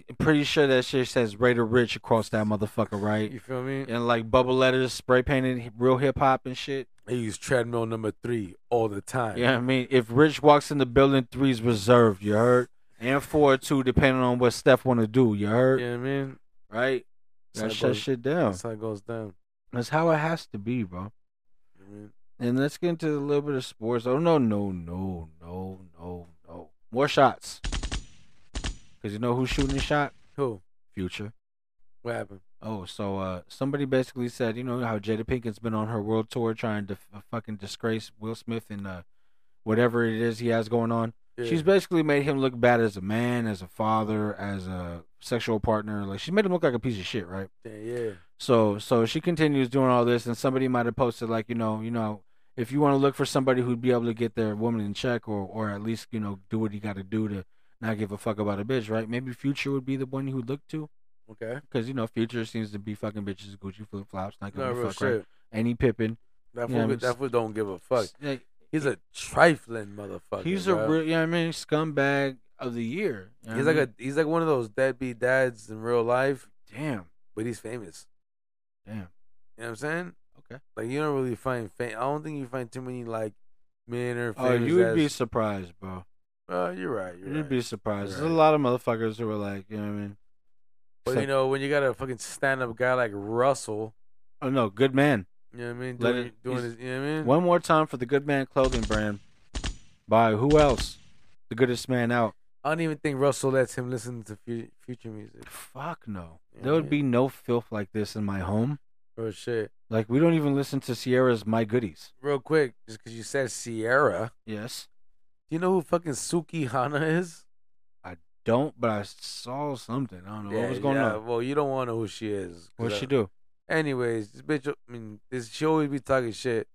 S3: I'm pretty sure that shit says Raider Rich across that motherfucker, right?
S4: You feel me?
S3: And like bubble letters, spray painted hi- real hip hop and shit.
S4: I use treadmill number three all the time.
S3: Yeah, I mean, if Rich walks in the building, three's reserved. You heard? And four or two, depending on what Steph want to do. You heard?
S4: You know what I mean?
S3: Right?
S4: That's how
S3: Gotta
S4: it
S3: shut
S4: goes-
S3: shit down.
S4: That's how it goes down.
S3: That's how it has to be, bro.
S4: You know what I mean?
S3: And let's get into a little bit of sports. Oh no, no, no, no, no, no. More shots. Cause you know who's shooting the shot?
S4: Who?
S3: Future.
S4: What happened?
S3: Oh, so uh, somebody basically said, you know how Jada Pinkett's been on her world tour trying to f- fucking disgrace Will Smith and uh, whatever it is he has going on. She's
S4: Yeah.
S3: basically made him look bad as a man, as a father, as a sexual partner. Like she made him look like a piece of shit, right?
S4: Yeah, yeah.
S3: So so she continues doing all this, and somebody might have posted like, you know, you know, if you want to look for somebody who'd be able to get their woman in check, or or at least you know do what you got to do to not give a fuck about a bitch, right? Maybe Future would be the one who'd look to.
S4: Okay.
S3: Because you know, Future seems to be fucking bitches, Gucci flip flops, not giving
S4: No,
S3: a
S4: real
S3: fuck. Right?
S4: shit.
S3: Any Pippin,
S4: That
S3: Yeah,
S4: fool,
S3: I'm
S4: that
S3: just-
S4: fool don't give a fuck.
S3: Like,
S4: He's a trifling motherfucker.
S3: he's a
S4: bro.
S3: real, you know what I mean, scumbag of the year. you know
S4: He's
S3: what
S4: like
S3: I
S4: a he's like one of those deadbeat dads in real life,
S3: mean?
S4: but he's famous.
S3: damn, damn.
S4: You know what I'm saying?
S3: Okay.
S4: Like you don't really find fame. I don't think you find too many like men or
S3: Oh,
S4: famous.
S3: you would be
S4: ass-
S3: surprised, bro.
S4: Oh, you're right. You're
S3: You'd
S4: right.
S3: be surprised.
S4: You're
S3: There's a lot
S4: right.
S3: of motherfuckers who are like, you know what I mean.
S4: but
S3: Except-
S4: you know when you got a fucking stand up guy like Russell,
S3: oh no, good man.
S4: you know what I mean?
S3: Let
S4: Doing,
S3: it-
S4: doing
S3: he's-
S4: his, you know what I mean?
S3: One more time for the good man clothing brand. By who else? The goodest man out.
S4: I don't even think Russell lets him listen to fu- future music.
S3: Fuck no.
S4: Yeah,
S3: There would
S4: yeah.
S3: be no filth like this in my home.
S4: Oh shit!
S3: Like we don't even listen to Sierra's "My Goodies."
S4: Real quick, just because you said Sierra,
S3: Yes.
S4: do you know who fucking Suki Hana is?
S3: don't, but I saw something. I don't know what was going on.
S4: Well, you don't want to know who she is. 'cause
S3: What'd
S4: I-
S3: she do?
S4: Anyways, this bitch, I mean, this, she always be talking shit,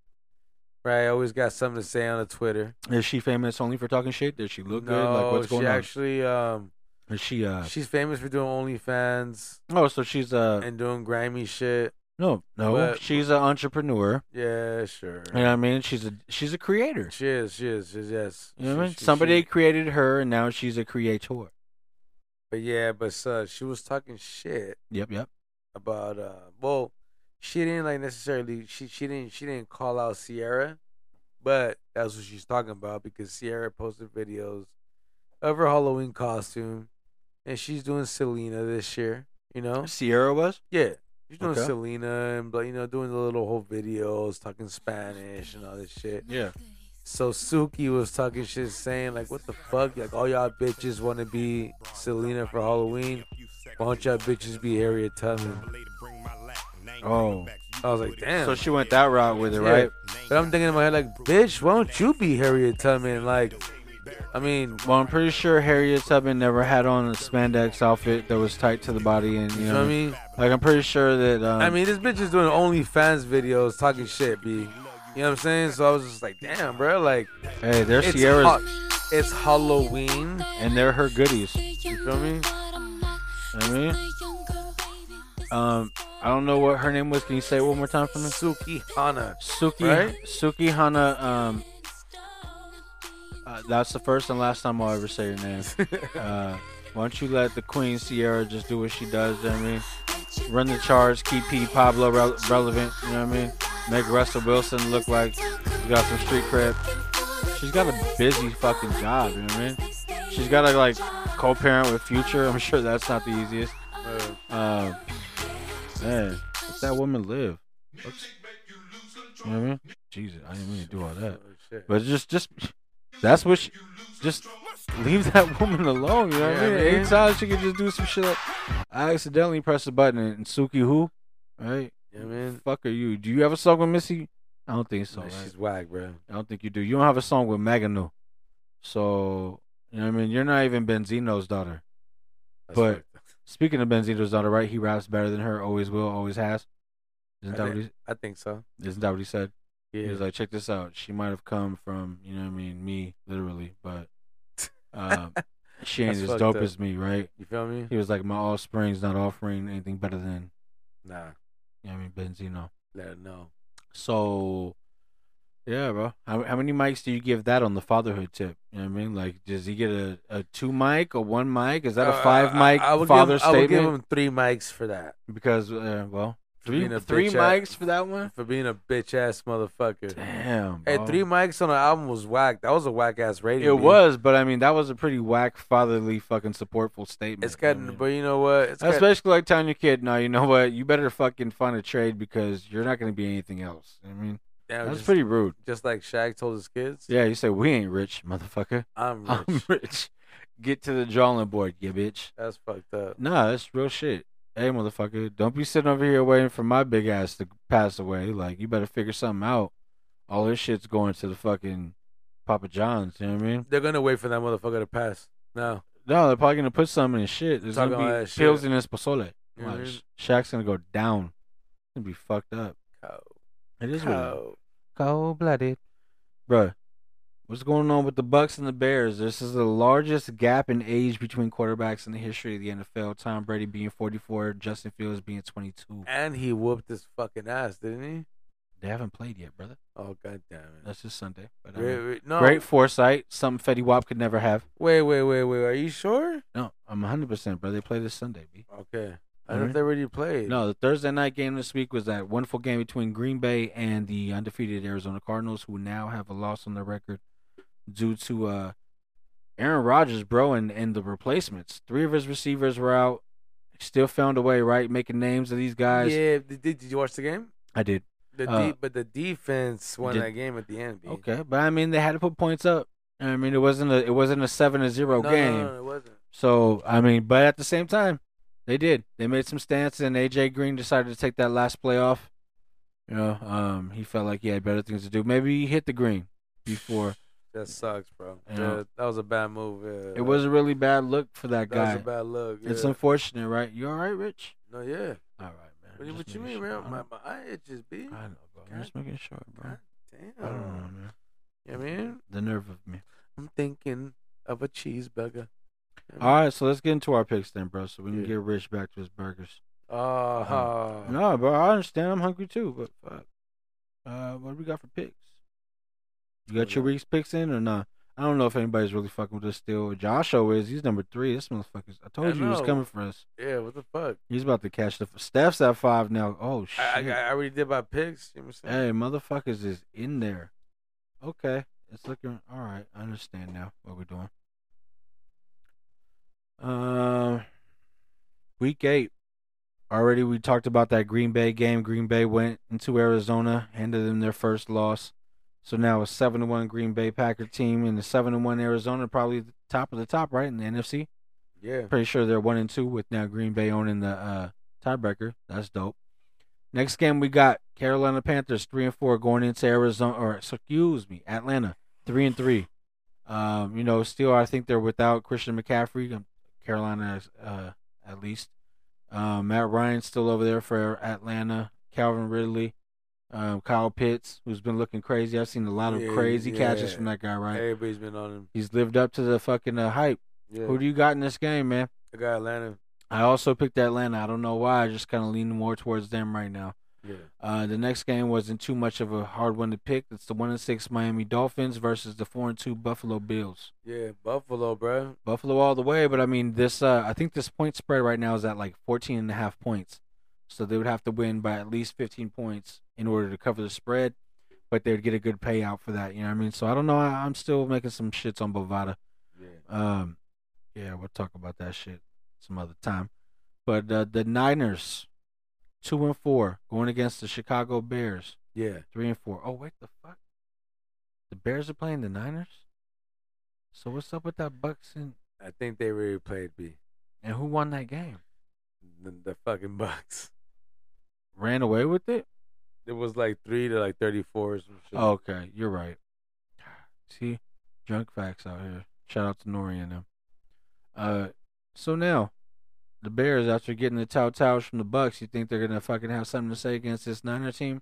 S4: right? Always got something to say on the Twitter.
S3: Is she famous only for talking shit? Does she look
S4: no,
S3: good? Like what's going
S4: she
S3: on?
S4: actually, um,
S3: Is she uh
S4: she's famous for doing OnlyFans
S3: Oh, so she's uh
S4: and doing grimy shit.
S3: no, no.
S4: but-
S3: she's an entrepreneur.
S4: Yeah, sure.
S3: You know what I mean? She's a she's a creator.
S4: She is, she is, she is, yes.
S3: You know what I
S4: She-
S3: mean?
S4: she-
S3: Somebody
S4: she-
S3: created her and now she's a creator.
S4: but yeah, but uh, she was talking shit
S3: Yep, yep.
S4: about, uh, well, she didn't like necessarily. She she didn't she didn't call out Sierra, but that's what she's talking about because Sierra posted videos of her Halloween costume, and she's doing Selena this year. You know,
S3: Sierra was?
S4: yeah, she's doing
S3: Okay.
S4: Selena and but you know doing the little whole videos talking Spanish and all this shit.
S3: Yeah.
S4: So Suki was talking shit, saying like, "What the fuck? Like all y'all bitches want to be Selena for Halloween. Why don't y'all bitches be Harriet Tubman?"
S3: Oh,
S4: I was like, "Damn."
S3: so she went that route with it,
S4: Yeah.
S3: right?
S4: But I'm thinking in my head like, "Bitch, why don't you be Harriet Tubman?" Like, I mean,
S3: Well, I'm pretty sure Harriet Tubman never had on a spandex outfit that was tight to the body, and you
S4: you
S3: know,
S4: know what I mean?
S3: like I'm pretty sure that. Um,
S4: I mean, this bitch is doing OnlyFans videos talking shit, b. You know what I'm saying? So I was just like, "Damn, bro, like."
S3: hey, they're
S4: it's
S3: Sierra's,
S4: hot. It's Halloween.
S3: and they're her goodies.
S4: You feel me?
S3: You know what I mean, um, I don't know what her name was. Can you say it one more time for me?
S4: Suki Hana.
S3: Suki
S4: Right?
S3: Suki Hana. Um, uh, that's the first and last time I'll ever say your name. uh, why don't you let the Queen Sierra just do what she does? You know what I mean, run the charge, keep P. Pablo rel relevant. You know what I mean? Make Russell Wilson look like she got some street cred. She's got a busy fucking job. You know what I mean? She's got to like co-parent with Future. I'm sure that's not the easiest. Um, man, let that woman live. You know what I mean? Jesus, I didn't mean to do all that.
S4: shit.
S3: But just, just that's what. She, just leave that woman alone. You know what I
S4: Yeah,
S3: mean?
S4: man.
S3: Anytime she can just do some shit. Like, I accidentally pressed the button and, and Suki who, right?
S4: Yeah, man.
S3: Fuck are you? Do you have a song with Missy? I don't think so.
S4: Nah,
S3: right?
S4: she's whack, bro.
S3: I don't think you do. You don't have a song with Magano. So you know what I mean? You're not even Benzino's daughter.
S4: That's
S3: But-
S4: fucked up.
S3: Speaking of Benzino's daughter, right? He raps better than her. Always will. Always has. Isn't
S4: I
S3: that what he?
S4: I think so.
S3: Isn't that what he said?
S4: Yeah.
S3: He was like, check this out. She might have come from, you know what I mean, me, literally, but um, she ain't
S4: That's
S3: as
S4: fucked
S3: dope
S4: up.
S3: as me, right?
S4: you feel me?
S3: He was like, my offspring's not offering anything better than,
S4: Nah.
S3: you know what I mean, Benzino.
S4: Let her know.
S3: So, yeah, bro. How, how many mics do you give that on the fatherhood tip? You know what I mean? Like, does he get a, a two mic or one mic? Is that a
S4: Uh,
S3: five
S4: I-
S3: mic
S4: I, I would
S3: father
S4: give, him- I would
S3: statement?
S4: give him three mics for that.
S3: because, uh, well,
S4: For
S3: three,
S4: being a
S3: three
S4: bitch ass-
S3: mics for that one?
S4: For being a bitch ass motherfucker.
S3: Damn.
S4: Hey,
S3: bro.
S4: three mics on an album was whack. That was a whack ass rating.
S3: Oh. It
S4: B.
S3: was, but I mean, that was a pretty whack, fatherly, fucking supportful statement.
S4: It's
S3: you know
S4: got,
S3: what I mean?
S4: but you know what? It's
S3: Mm. That's
S4: got,
S3: basically like telling your kid, no, you know what? You better fucking find a trade because you're not going to be anything else. I mean,
S4: yeah,
S3: that's
S4: just,
S3: pretty rude.
S4: Just like Shaq told his kids,
S3: Yeah, you say, we ain't rich, motherfucker.
S4: I'm rich.
S3: I'm rich. Get to the drawing board, you bitch.
S4: That's fucked up.
S3: Nah, that's real shit. Hey, motherfucker, don't be sitting over here waiting for my big ass to pass away. Like, you better figure something out. All this shit's going to the fucking Papa John's, you know what I mean?
S4: They're gonna wait for that motherfucker to pass. No.
S3: No, they're probably gonna put some in his shit. There's
S4: Talking all
S3: gonna be
S4: that shit.
S3: pills in his pozole.
S4: You know what I
S3: Like,
S4: mean?
S3: Sh- Shaq's gonna go down. It's gonna be fucked up.
S4: Cow.
S3: It is what
S4: Cow.
S3: cold blooded, Bruh, What's going on with the Bucks and the Bears? This is the largest gap in age between quarterbacks in the history of the NFL. Tom Brady being 44, Justin Fields being 22.
S4: And he whooped his fucking ass, didn't he?
S3: They haven't played yet, brother.
S4: Oh god damn it!
S3: That's just Sunday. But, I
S4: Wait,
S3: mean,
S4: wait, no.
S3: Great foresight. Something Fetty Wap could never have.
S4: Wait, wait, wait, wait. Are you sure?
S3: No, I'm 100%, bro. They play this Sunday, B.
S4: Okay. I don't know
S3: Mhm.
S4: if they already played.
S3: No, the Thursday night game this week was that wonderful game between Green Bay and the undefeated Arizona Cardinals, who now have a loss on their record due to uh, Aaron Rodgers, bro, and, and the replacements. Three of his receivers were out. Still found a way, right? Making names of these guys.
S4: Yeah. Did, did you watch the game?
S3: I did.
S4: The
S3: Uh,
S4: de- but the defense won
S3: did-
S4: that game at the end. B.
S3: Okay, but I mean they had to put points up. I mean it wasn't a it wasn't a seven to zero
S4: No, no,
S3: game.
S4: No, no, it wasn't.
S3: So I mean, but at the same time, they did. They made some stance, and AJ Green decided to take that last playoff. You know, um, he felt like he had better things to do. Maybe he hit the green before.
S4: That sucks, bro.
S3: Yeah.
S4: Yeah, that was a bad move. Yeah.
S3: It was a really bad look for that
S4: That was
S3: guy.
S4: a bad look. Yeah.
S3: It's unfortunate, right? You all right, Rich?
S4: no, yeah.
S3: All right, man.
S4: What, do
S3: Just
S4: you- what you mean,
S3: making sure.
S4: man? My,
S3: I
S4: my eye itches, B.
S3: don't- I know, bro. I'm just making sure, bro.
S4: God
S3: I don't know,
S4: Damn.
S3: man.
S4: You know what I mean?
S3: The nerve of me.
S4: I'm thinking of a cheeseburger.
S3: All right, so let's get into our picks then, bro. So we can
S4: Yeah.
S3: get Rich back to his burgers.
S4: Uh,
S3: No, bro, I understand. I'm hungry too, but fuck. Uh, what do we got for picks? You got your week's picks in or not? I don't know if anybody's really fucking with us still. Joshua is. He's number three. This motherfucker's. I told
S4: I
S3: you he was
S4: know.
S3: coming for us.
S4: Yeah, what the fuck?
S3: He's about to catch the. Steph's at five now. Oh shit!
S4: I, I, I already did my picks. You know what I'm saying?
S3: hey, motherfuckers is in there. Okay, it's looking all right. I understand now what we're doing. Um, week eight. Already, we talked about that Green Bay game. Green Bay went into Arizona, handed them their first loss. So now a seven to one Green Bay Packer team and the seven to one Arizona probably the top of the top, right? In the NFC.
S4: Yeah.
S3: Pretty sure they're one and two with now Green Bay owning the uh, tiebreaker. That's dope. Next game we got Carolina Panthers three and four going into Arizona or excuse me Atlanta three and three. Um, you know, still I think they're without Christian McCaffrey. um, Carolina is, uh, at least. Um, Matt Ryan's still over there for Atlanta. Calvin Ridley, um, Kyle Pitts, who's been looking crazy. I've seen a lot of
S4: Yeah,
S3: crazy catches
S4: yeah.
S3: from that guy. Right,
S4: Everybody's been on him.
S3: he's lived up to the fucking uh, hype.
S4: Yeah.
S3: Who do you got in this game, man?
S4: I got Atlanta.
S3: I also picked Atlanta. I don't know why. I just kind of lean more towards them right now.
S4: Yeah.
S3: Uh, the next game wasn't too much of a hard one to pick. It's the one and six Miami Dolphins versus the four and two Buffalo Bills.
S4: Yeah. Buffalo, bro.
S3: Buffalo all the way, but I mean this. Uh, I think this point spread right now is at like 14 and a half points, so they would have to win by at least 15 points in order to cover the spread. But they'd get a good payout for that. You know what I mean? So I don't know. I, I'm still making some shits on Bovada.
S4: Yeah.
S3: Um, yeah, we'll talk about that shit some other time. But uh, the Niners, two and four, going against the Chicago Bears,
S4: Yeah.
S3: three and four. Oh wait, the fuck? The Bears are playing the Niners. So what's up with that Bucks and
S4: I think they really played B.
S3: and who won that game?
S4: The, the fucking Bucks.
S3: Ran away with it.
S4: It was like three to like thirty-four or some shit.
S3: Oh, okay, you're right. See, drunk facts out here. Shout out to Nori and them. Uh, so now, the Bears after getting the tow towers from the Bucks, you think they're gonna fucking have something to say against this Niner team?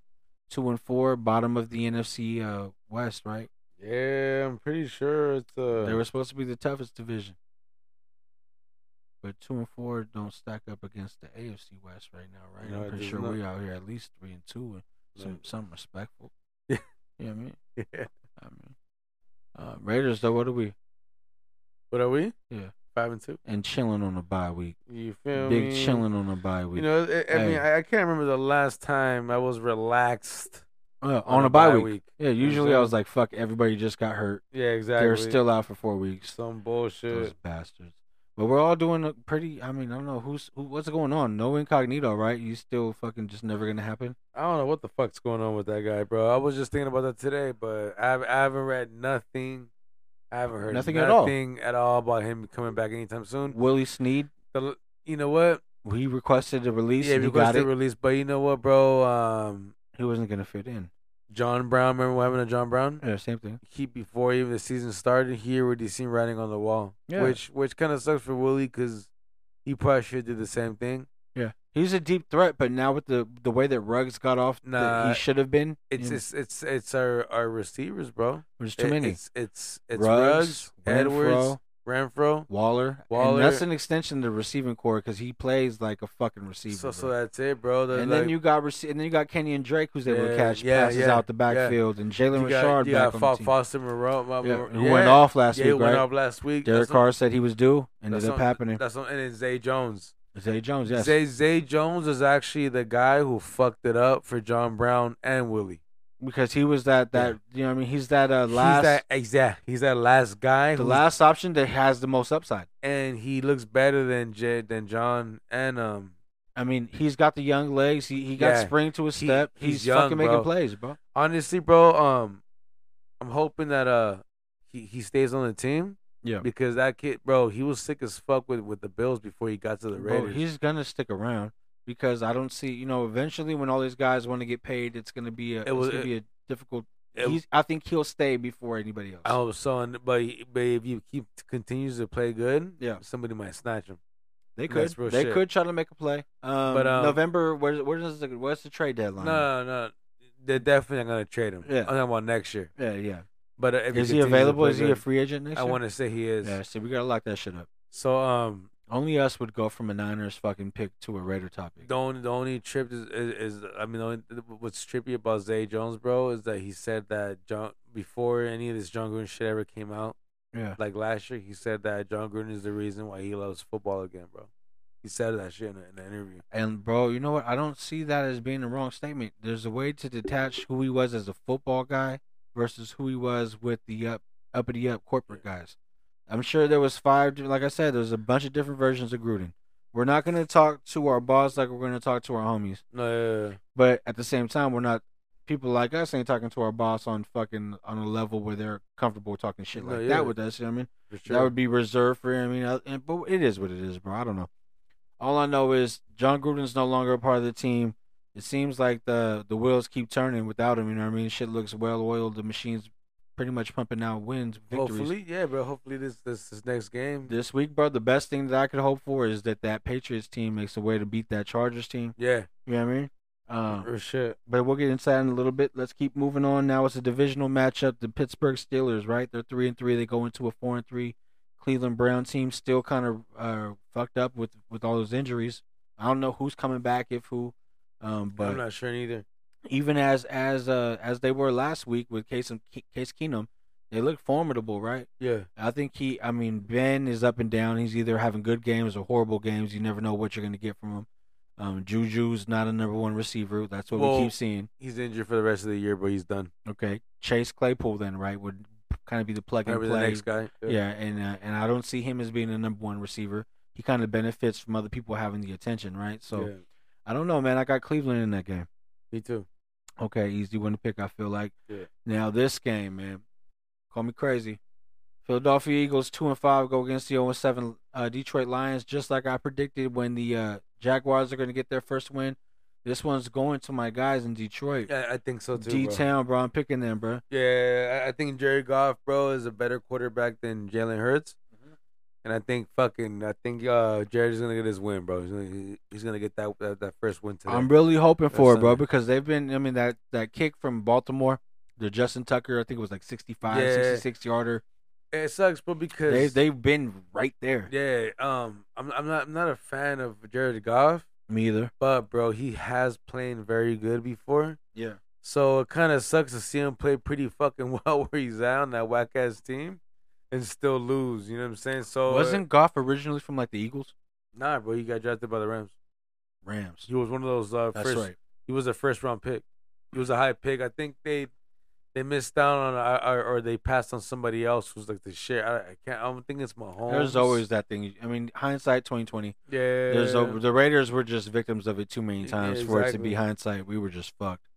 S3: Two and four, bottom of the NFC uh, West, right?
S4: Yeah, I'm pretty sure it's uh.
S3: They were supposed to be the toughest division, but two and four don't stack up against the AFC West right now, right?
S4: No,
S3: I'm
S4: it
S3: pretty
S4: does
S3: sure
S4: not.
S3: we out here at least three and two, and some
S4: Right.
S3: some respectful. you
S4: Yeah.
S3: know what I mean.
S4: Yeah.
S3: I mean, uh, Raiders though, what are we?
S4: What are we?
S3: Yeah.
S4: Five and two.
S3: And chilling on a bye week,
S4: You feel
S3: big
S4: me?
S3: chilling on a bye week.
S4: You know, I, I
S3: Hey.
S4: mean, I, I can't remember the last time I was relaxed.
S3: Uh, on, a bye, week. Yeah,
S4: You know what I'm
S3: usually I was
S4: saying?
S3: like, "Fuck, everybody just got hurt.
S4: Yeah, exactly.
S3: They're still out for four weeks.
S4: some
S3: Those
S4: bullshit.
S3: bastards." But we're all doing a pretty. I mean, I don't know who's who, what's going on. No incognito, right? You still fucking just never gonna happen.
S4: I don't know what the fuck's going on with that guy, bro. I was just thinking about that today, but I, hav- I haven't read nothing. I haven't heard
S3: Nothing
S4: nothing,
S3: at all.
S4: at all about him coming back anytime soon.
S3: Willie Sneed,
S4: The, you know what?
S3: he requested a release.
S4: Yeah,
S3: and he got
S4: requested
S3: it.
S4: release, but you know what, bro? Um,
S3: he wasn't gonna fit in.
S4: John Brown, remember what happened to John Brown?
S3: Yeah, same thing.
S4: he before even the season started, he already seen writing on the wall,
S3: Yeah.
S4: which which kind of sucks for Willie because he probably should do the same thing.
S3: Yeah, he's a deep threat, but now with the the way that Ruggs got off, that
S4: Nah,
S3: he should have been.
S4: It's
S3: you know,
S4: it's it's it's our our receivers, bro.
S3: there's too
S4: It-
S3: many.
S4: It's it's it's
S3: Ruggs,
S4: Ruggs,
S3: Renfro,
S4: Edwards, Renfro.
S3: Waller.
S4: Waller.
S3: And that's an extension of the receiving core because he plays like a fucking receiver.
S4: So so
S3: bro.
S4: that's it, bro. They're
S3: and
S4: like,
S3: then you got rece- and then you got Kenny and Drake who's able to
S4: Yeah,
S3: catch
S4: yeah,
S3: passes
S4: yeah,
S3: out the backfield and Jalen
S4: you got,
S3: Richard
S4: you
S3: back
S4: got
S3: on
S4: Fo-
S3: the team.
S4: Foster Moreau. my-
S3: yeah,
S4: Moreau-
S3: who went off last
S4: yeah, he
S3: week,
S4: went
S3: right?
S4: off last week.
S3: Derek
S4: That's what-
S3: Carr said he was due, ended
S4: that's
S3: up
S4: what-
S3: happening.
S4: That's what, and then Zay Jones.
S3: Zay Jones, yes,
S4: Zay Zay Jones is actually the guy who fucked it up for John Brown and Willie.
S3: because he was that that you know what I mean he's that uh, last
S4: he's that exact. He's that last guy.
S3: the
S4: who's-
S3: last option that has the most upside.
S4: and he looks better than Jay, than John, and um.
S3: I mean he's got the young legs. He he got
S4: Yeah.
S3: spring to his
S4: He-
S3: step.
S4: he's
S3: he's
S4: young,
S3: fucking making
S4: bro.
S3: plays, bro.
S4: Honestly, bro, um, I'm hoping that uh he, he stays on the team
S3: Yeah,
S4: because that kid, bro, he was sick as fuck with with the Bills before he got to the
S3: Bro,
S4: Raiders.
S3: he's gonna stick around because I don't see. You know, eventually when all these guys want to get paid, it's gonna be a
S4: It was-
S3: it's gonna be a difficult.
S4: It- Oh,
S3: he's, I think he'll stay before anybody else.
S4: I hope so, and- but he- but if you keep continues to play good,
S3: Yeah.
S4: somebody might snatch him.
S3: they could
S4: that's real
S3: they
S4: shit.
S3: could try to make a play. Um,
S4: But, um,
S3: November where's where's the where's the trade deadline?
S4: No, no, no, they're definitely not gonna trade him.
S3: Yeah.
S4: I'm talking about next year.
S3: Yeah, yeah.
S4: But uh, if
S3: Is he
S4: continues to
S3: available?
S4: play
S3: Is he a
S4: good,
S3: free agent next
S4: I
S3: year?
S4: want to say he is.
S3: Yeah, see, we gotta lock that shit up.
S4: So um,
S3: Only us would go from a Niners fucking pick to a Raider topic.
S4: The only the only trip is, is, is I mean the only, what's trippy about Zay Jones, bro, is that he said that John before any of this John Gruden shit ever came out,
S3: yeah,
S4: like last year, he said that John Gruden is the reason why he loves football again, bro. He said that shit in, a, in an interview.
S3: and bro, you know what? I don't see that as being the wrong statement. There's a way to detach who he was as a football guy versus who he was with the up uppity up corporate guys. I'm sure there was five. di- Like I said, there's a bunch of different versions of Gruden. We're not gonna talk to our boss like we're gonna talk to our homies,
S4: No, yeah, yeah, yeah.
S3: but at the same time, we're not people like us ain't talking to our boss on fucking on a level where they're comfortable talking shit
S4: No,
S3: like
S4: yeah.
S3: that with us. You know what I mean?
S4: For
S3: That
S4: sure.
S3: would be reserved for. I mean, I, and, but it is what it is, bro. I don't know. All I know is John Gruden's no longer a part of the team. It seems like the the wheels keep turning without him. You know what I mean? Shit looks well oiled. The machine's pretty much pumping out wins, victories.
S4: Hopefully, yeah, bro. Hopefully this this, this next game.
S3: This week, bro, the best thing that I could hope for is that that Patriots team makes a way to beat that Chargers team.
S4: Yeah, Uh,
S3: You know what I mean? Um,
S4: for sure.
S3: but we'll get inside in a little bit. Let's keep moving on. Now it's a divisional matchup. The Pittsburgh Steelers, right? They're three and three. They go into a four and three. Cleveland Brown team still kind of uh, fucked up with with all those injuries. I don't know who's coming back if who, um,
S4: I'm
S3: but
S4: not sure neither.
S3: even as as uh, as they were last week with Case Case Keenum, they look formidable, right?
S4: Yeah,
S3: I think he. I mean, Ben is up and down. He's either having good games or horrible games. You never know what you're going to get from him. Um, Juju's not a number one receiver. That's what
S4: Well-
S3: we keep seeing.
S4: he's injured for the rest of the year, but he's done.
S3: Okay, Chase Claypool then right would kind of be the plug and
S4: Whoever the
S3: play.
S4: next guy.
S3: Yeah, and uh, and I don't see him as being a number one receiver. He kind of benefits from other people having the attention, right? So
S4: Yeah,
S3: I don't know, man. I got Cleveland in that game.
S4: me too.
S3: Okay, easy one to pick. I feel like.
S4: Yeah.
S3: Now this game, man, call me crazy. Philadelphia Eagles two and five go against the zero and seven uh, Detroit Lions, just like I predicted when the uh, Jaguars are going to get their first win. This one's going to my guys in Detroit.
S4: Yeah, I think so too.
S3: D
S4: bro.
S3: Town, bro. I'm picking them, bro.
S4: Yeah, I- I think Jerry Goff, bro, is a better quarterback than Jalen Hurts.
S3: Mm-hmm.
S4: And I think fucking, I think uh, Jared's gonna get his win, bro. He's gonna, he- he's gonna get that that, that first win today.
S3: I'm really hoping for it, bro,
S4: Sunday.
S3: because they've been. I mean, that that kick from Baltimore, the Justin Tucker, I think it was like 65,
S4: Yeah.
S3: 66 yarder.
S4: it sucks, bro, because
S3: They they've been right there.
S4: yeah, um, I'm I'm not I'm not a fan of Jared Goff,
S3: Me either.
S4: but bro, he has played very good before.
S3: Yeah.
S4: So it kind of sucks to see him play pretty fucking well where he's at on that whack ass team, and still lose. You know what I'm saying? So it-
S3: Wasn't Goff originally from like the Eagles,
S4: nah, bro. He got drafted by the Rams.
S3: Rams?
S4: He was one of those uh,
S3: That's
S4: first
S3: right.
S4: he was a first round pick. He was a high pick. I think they they missed out on uh, or, or- or they passed on somebody else who's like the shit. I, I can't. I don't think it's Mahomes.
S3: There's always that thing. I mean, hindsight 2020.
S4: yeah.
S3: There's a, the Raiders were just victims of it too many
S4: Yeah,
S3: times for it to
S4: exactly.
S3: be hindsight. We were just fucked.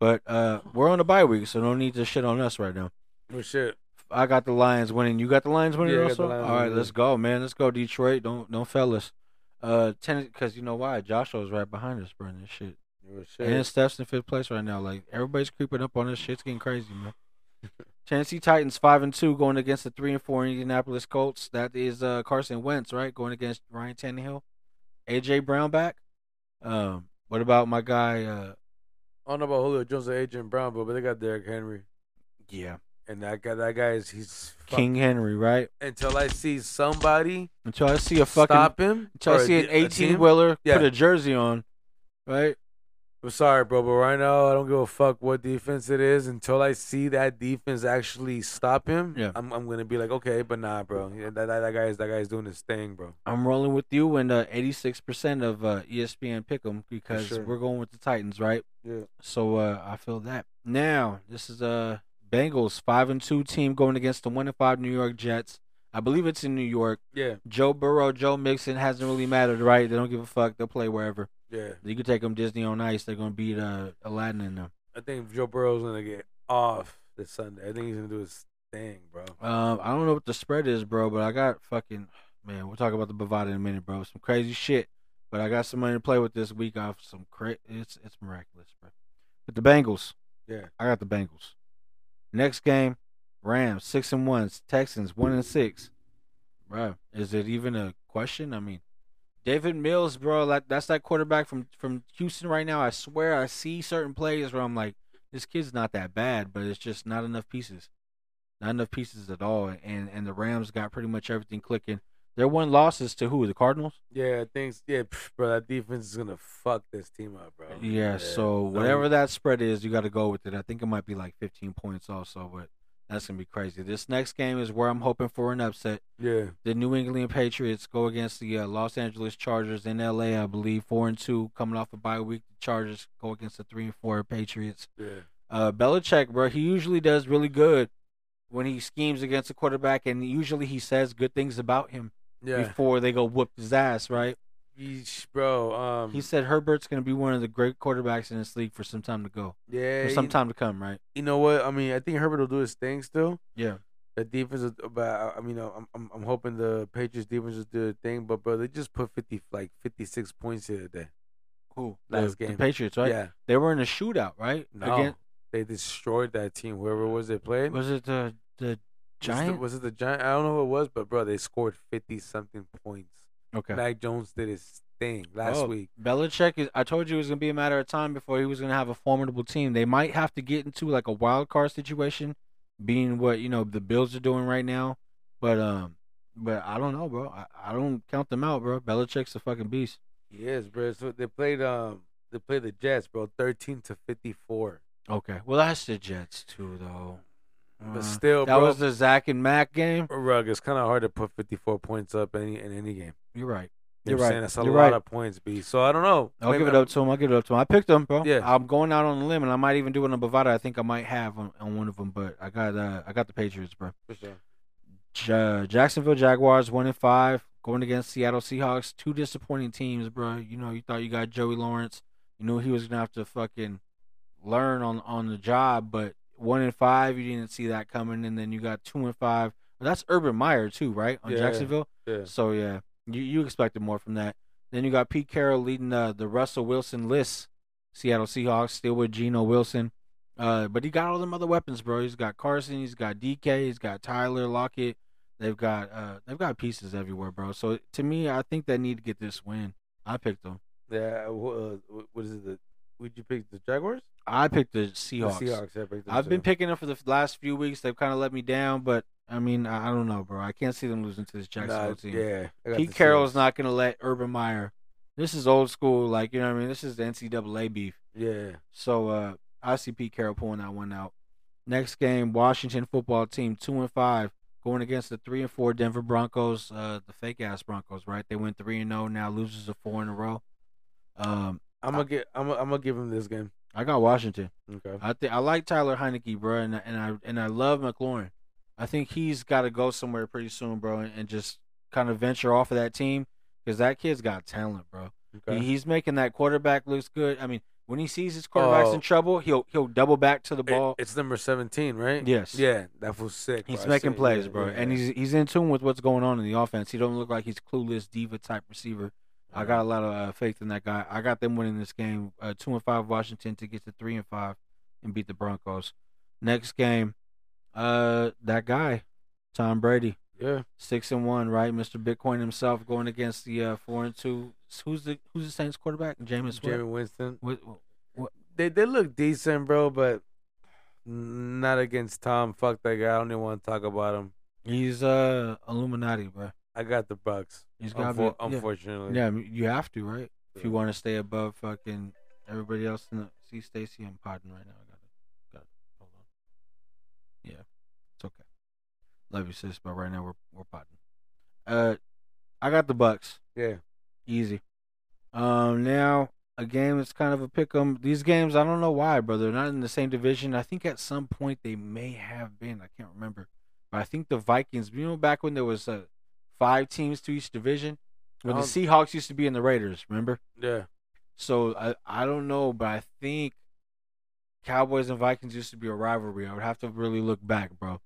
S3: But uh, we're on a bye week, so no need to shit on us right now.
S4: oh, shit.
S3: I got the Lions winning. You got the Lions winning
S4: Yeah, I got the
S3: also.
S4: Lions
S3: All right,
S4: winning.
S3: let's go, man. Let's go, Detroit. Don't don't fail us. Uh, ten because you know why? Joshua's right behind us, bro. in This shit.
S4: Oh,
S3: And
S4: shit.
S3: Steph's in fifth place right now. Like everybody's creeping up on us. Shit's getting crazy, man. Tennessee Titans five and two going against the three and four Indianapolis Colts. That is uh, Carson Wentz, right? Going against Ryan Tannehill, AJ Brown back. Um, what about my guy? Uh,
S4: I don't know about Julio Jones or Adrian Brown, but, but they got Derrick Henry,
S3: yeah,
S4: and that guy that guy is he's fuck-
S3: King Henry, right?
S4: Until I see somebody
S3: Until I see a fucking
S4: stop him,
S3: until I
S4: or a
S3: see an
S4: d- a
S3: eighteen
S4: team.
S3: wheeler
S4: Yeah.
S3: put a jersey on, right?
S4: I'm sorry, bro, but right now I don't give a fuck what defense it is. Until I see that defense actually stop him,
S3: Yeah.
S4: I'm, I'm gonna be like, okay, but nah, bro. Yeah, that, that, that guy is that guy's doing his thing, bro.
S3: I'm rolling with you and uh, 86% of uh, ESPN Pick'em because
S4: sure.
S3: we're going with the Titans, right?
S4: Yeah.
S3: So uh, I feel that. Now this is uh Bengals five and two team going against the one and five New York Jets. I believe it's in New York.
S4: Yeah,
S3: Joe Burrow, Joe Mixon hasn't really mattered, right? They don't give a fuck. They'll play wherever.
S4: yeah.
S3: You can take them Disney on Ice. They're gonna beat uh, Aladdin in them.
S4: I think Joe Burrow's gonna get off this Sunday. I think he's gonna do his thing, bro.
S3: Um, I don't know what the spread is, bro, but I got fucking man. We'll talk about the Bovada in a minute, bro. Some crazy shit, but I got some money to play with this week off some cra- It's it's miraculous, bro. But the Bengals,
S4: Yeah.
S3: I got the Bengals. Next game, Rams six and one, Texans one and six. Bro, is it even a question? I mean, David Mills, bro, like that's that quarterback from from Houston right now. I swear, I see certain plays where I'm like, this kid's not that bad, but it's just not enough pieces, not enough pieces at all. And and the Rams got pretty much everything clicking. Their one loss is to who? The Cardinals.
S4: Yeah, I think. Yeah, pff, bro. That defense is gonna fuck this team up, bro.
S3: Yeah, so whatever that spread is, you got to go with it. I think it might be like 15 points also, but that's going to be crazy. This next game is where I'm hoping for an upset.
S4: Yeah,
S3: The New England Patriots go against the uh, Los Angeles Chargers in LA, I believe, 4 and 2 coming off a bye week. The Chargers go against the 3 and 4 Patriots.
S4: yeah.
S3: Uh Belichick, bro, he usually does really good when he schemes against a quarterback and usually he says good things about him
S4: Yeah,
S3: before they go whoop his ass, right?
S4: Yeesh, bro. Um,
S3: He said Herbert's going to be one of the great quarterbacks in this league for some time to go,
S4: yeah.
S3: for
S4: you-
S3: some time to come, right?
S4: You, know what? I mean, I think Herbert will do his thing still.
S3: Yeah.
S4: The defense, is- but I I mean, I'm I'm, I'm hoping the Patriots defense will do their thing. But bro, they just put fifty like fifty six points here today.
S3: Cool.
S4: Last
S3: the,
S4: game.
S3: Patriots, right?
S4: Yeah,
S3: They were in a shootout, right?
S4: no,
S3: Again-
S4: they destroyed that team. Whoever it was they played
S3: was it the the Giant?
S4: Was, it the Giant? I don't know who it was, but bro, they scored fifty something points.
S3: okay.
S4: Mac Jones did his thing last
S3: Oh,
S4: week.
S3: Belichick is. I told you it was gonna be a matter of time before he was gonna have a formidable team. They might have to get into like a wild card situation, being what you know the Bills are doing right now. But um, but I don't know, bro. I, I don't count them out, bro. Belichick's a fucking beast.
S4: Yes, bro. So they played um they played the Jets, bro, thirteen to fifty four.
S3: Okay. Well, that's the Jets too, though. Uh,
S4: But still,
S3: that
S4: bro,
S3: was the Zach and Mac game.
S4: rug. It's kind of hard to put fifty four points up any in any game.
S3: You're right.
S4: You
S3: You're
S4: know what I'm
S3: right.
S4: saying? That's a
S3: You're
S4: lot
S3: right.
S4: of points, B. So I don't know.
S3: I'll
S4: Maybe
S3: give it
S4: I'm-
S3: up to him. I'll give it up to him. I picked them, bro.
S4: Yeah.
S3: I'm going out on a limb, and I might even do it on a Bovada. I think I might have on, on one of them, but I got uh, I got the Patriots, bro.
S4: For sure.
S3: Ja- Jacksonville Jaguars one and five going against Seattle Seahawks. Two disappointing teams, bro. You know you thought you got Joey Lawrence. You knew he was gonna have to fucking learn on on the job, but one and five you didn't see that coming, and then you got two and five. Well, that's Urban Meyer too, right on
S4: Yeah.
S3: Jacksonville.
S4: Yeah.
S3: So yeah, you you expected more from that. Then you got Pete Carroll leading uh, the Russell Wilson list. Seattle Seahawks still with Geno Wilson, uh, but he got all them other weapons, bro. He's got Carson, he's got DK, he's got Tyler Lockett. They've got uh, they've got pieces everywhere, bro. So to me, I think they need to get this win. I picked them.
S4: Yeah. wh- Uh, wh- what is it? The would you pick the Jaguars?
S3: I picked the
S4: The
S3: Seahawks.
S4: Seahawks. I picked them
S3: I've been
S4: too.
S3: picking them for the f- last few weeks. They've kind of let me down, but I mean, I I don't know, bro. I can't see them losing to this Jacksonville
S4: Nah,
S3: team.
S4: Yeah. I got
S3: Pete
S4: the
S3: Carroll's
S4: Seahawks.
S3: not gonna let Urban Meyer. This is old school, like you know what I mean. This is the NCAA beef.
S4: Yeah.
S3: So uh, I see Pete Carroll pulling that one out. Next game, Washington football team two and five going against the three and four Denver Broncos, uh, the fake ass Broncos, right? They went three and zero, now loses a four in a row. Um,
S4: I'm gonna get. I'm. gonna- I'm gonna give him this game.
S3: I got Washington.
S4: Okay.
S3: I think I like Tyler Heineke, bro, and I- and I and I love McLaurin. I think he's got to go somewhere pretty soon, bro, and, and just kind of venture off of that team because that kid's got talent, bro.
S4: Okay.
S3: He- He's making that quarterback looks good. I mean, when he sees his quarterback's
S4: Oh.
S3: in trouble, he'll he'll double back to the
S4: It-
S3: ball.
S4: it's number seventeen, right?
S3: Yes.
S4: Yeah, that was sick.
S3: he's
S4: bro. I
S3: making
S4: seen-
S3: plays,
S4: yeah,
S3: bro,
S4: yeah,
S3: and
S4: yeah.
S3: he's he's in tune with what's going on in the offense. He don't look like he's clueless diva type receiver. I got a lot of uh, faith in that guy. I got them winning this game, uh, two and five Washington to get to three and five and beat the Broncos. Next game, uh, that guy, Tom Brady,
S4: yeah.
S3: six and one, right? Mister Bitcoin himself going against the uh, four and two. Who's the who's the Saints quarterback? Jameis.
S4: Jamie
S3: What?
S4: Winston.
S3: What, what,
S4: They they look decent, bro, but not against Tom. Fuck that guy. I don't even want to talk about him.
S3: He's uh Illuminati, bro.
S4: I got the Bucks.
S3: He's gotta
S4: unfor-
S3: be- yeah.
S4: unfortunately.
S3: Yeah, I mean, you have to, right? If you
S4: Yeah.
S3: want to stay above fucking everybody else in the see Stacy I'm potting right now. I got it. Got it. Hold on. Yeah. It's okay. Love you, sis, but right now we're we're potting. Uh I got the Bucks.
S4: Yeah.
S3: Easy. Um now a game that's kind of a pick 'em. These games, I don't know why, brother. They're not in the same division. I think at some point they may have been. I can't remember. But I think the Vikings, you know back when there was uh, five teams to each division? When the
S4: Um,
S3: Seahawks used to be in the Raiders, remember?
S4: Yeah.
S3: So I, I don't know, but I think Cowboys and Vikings used to be a rivalry. I would have to really look back, bro.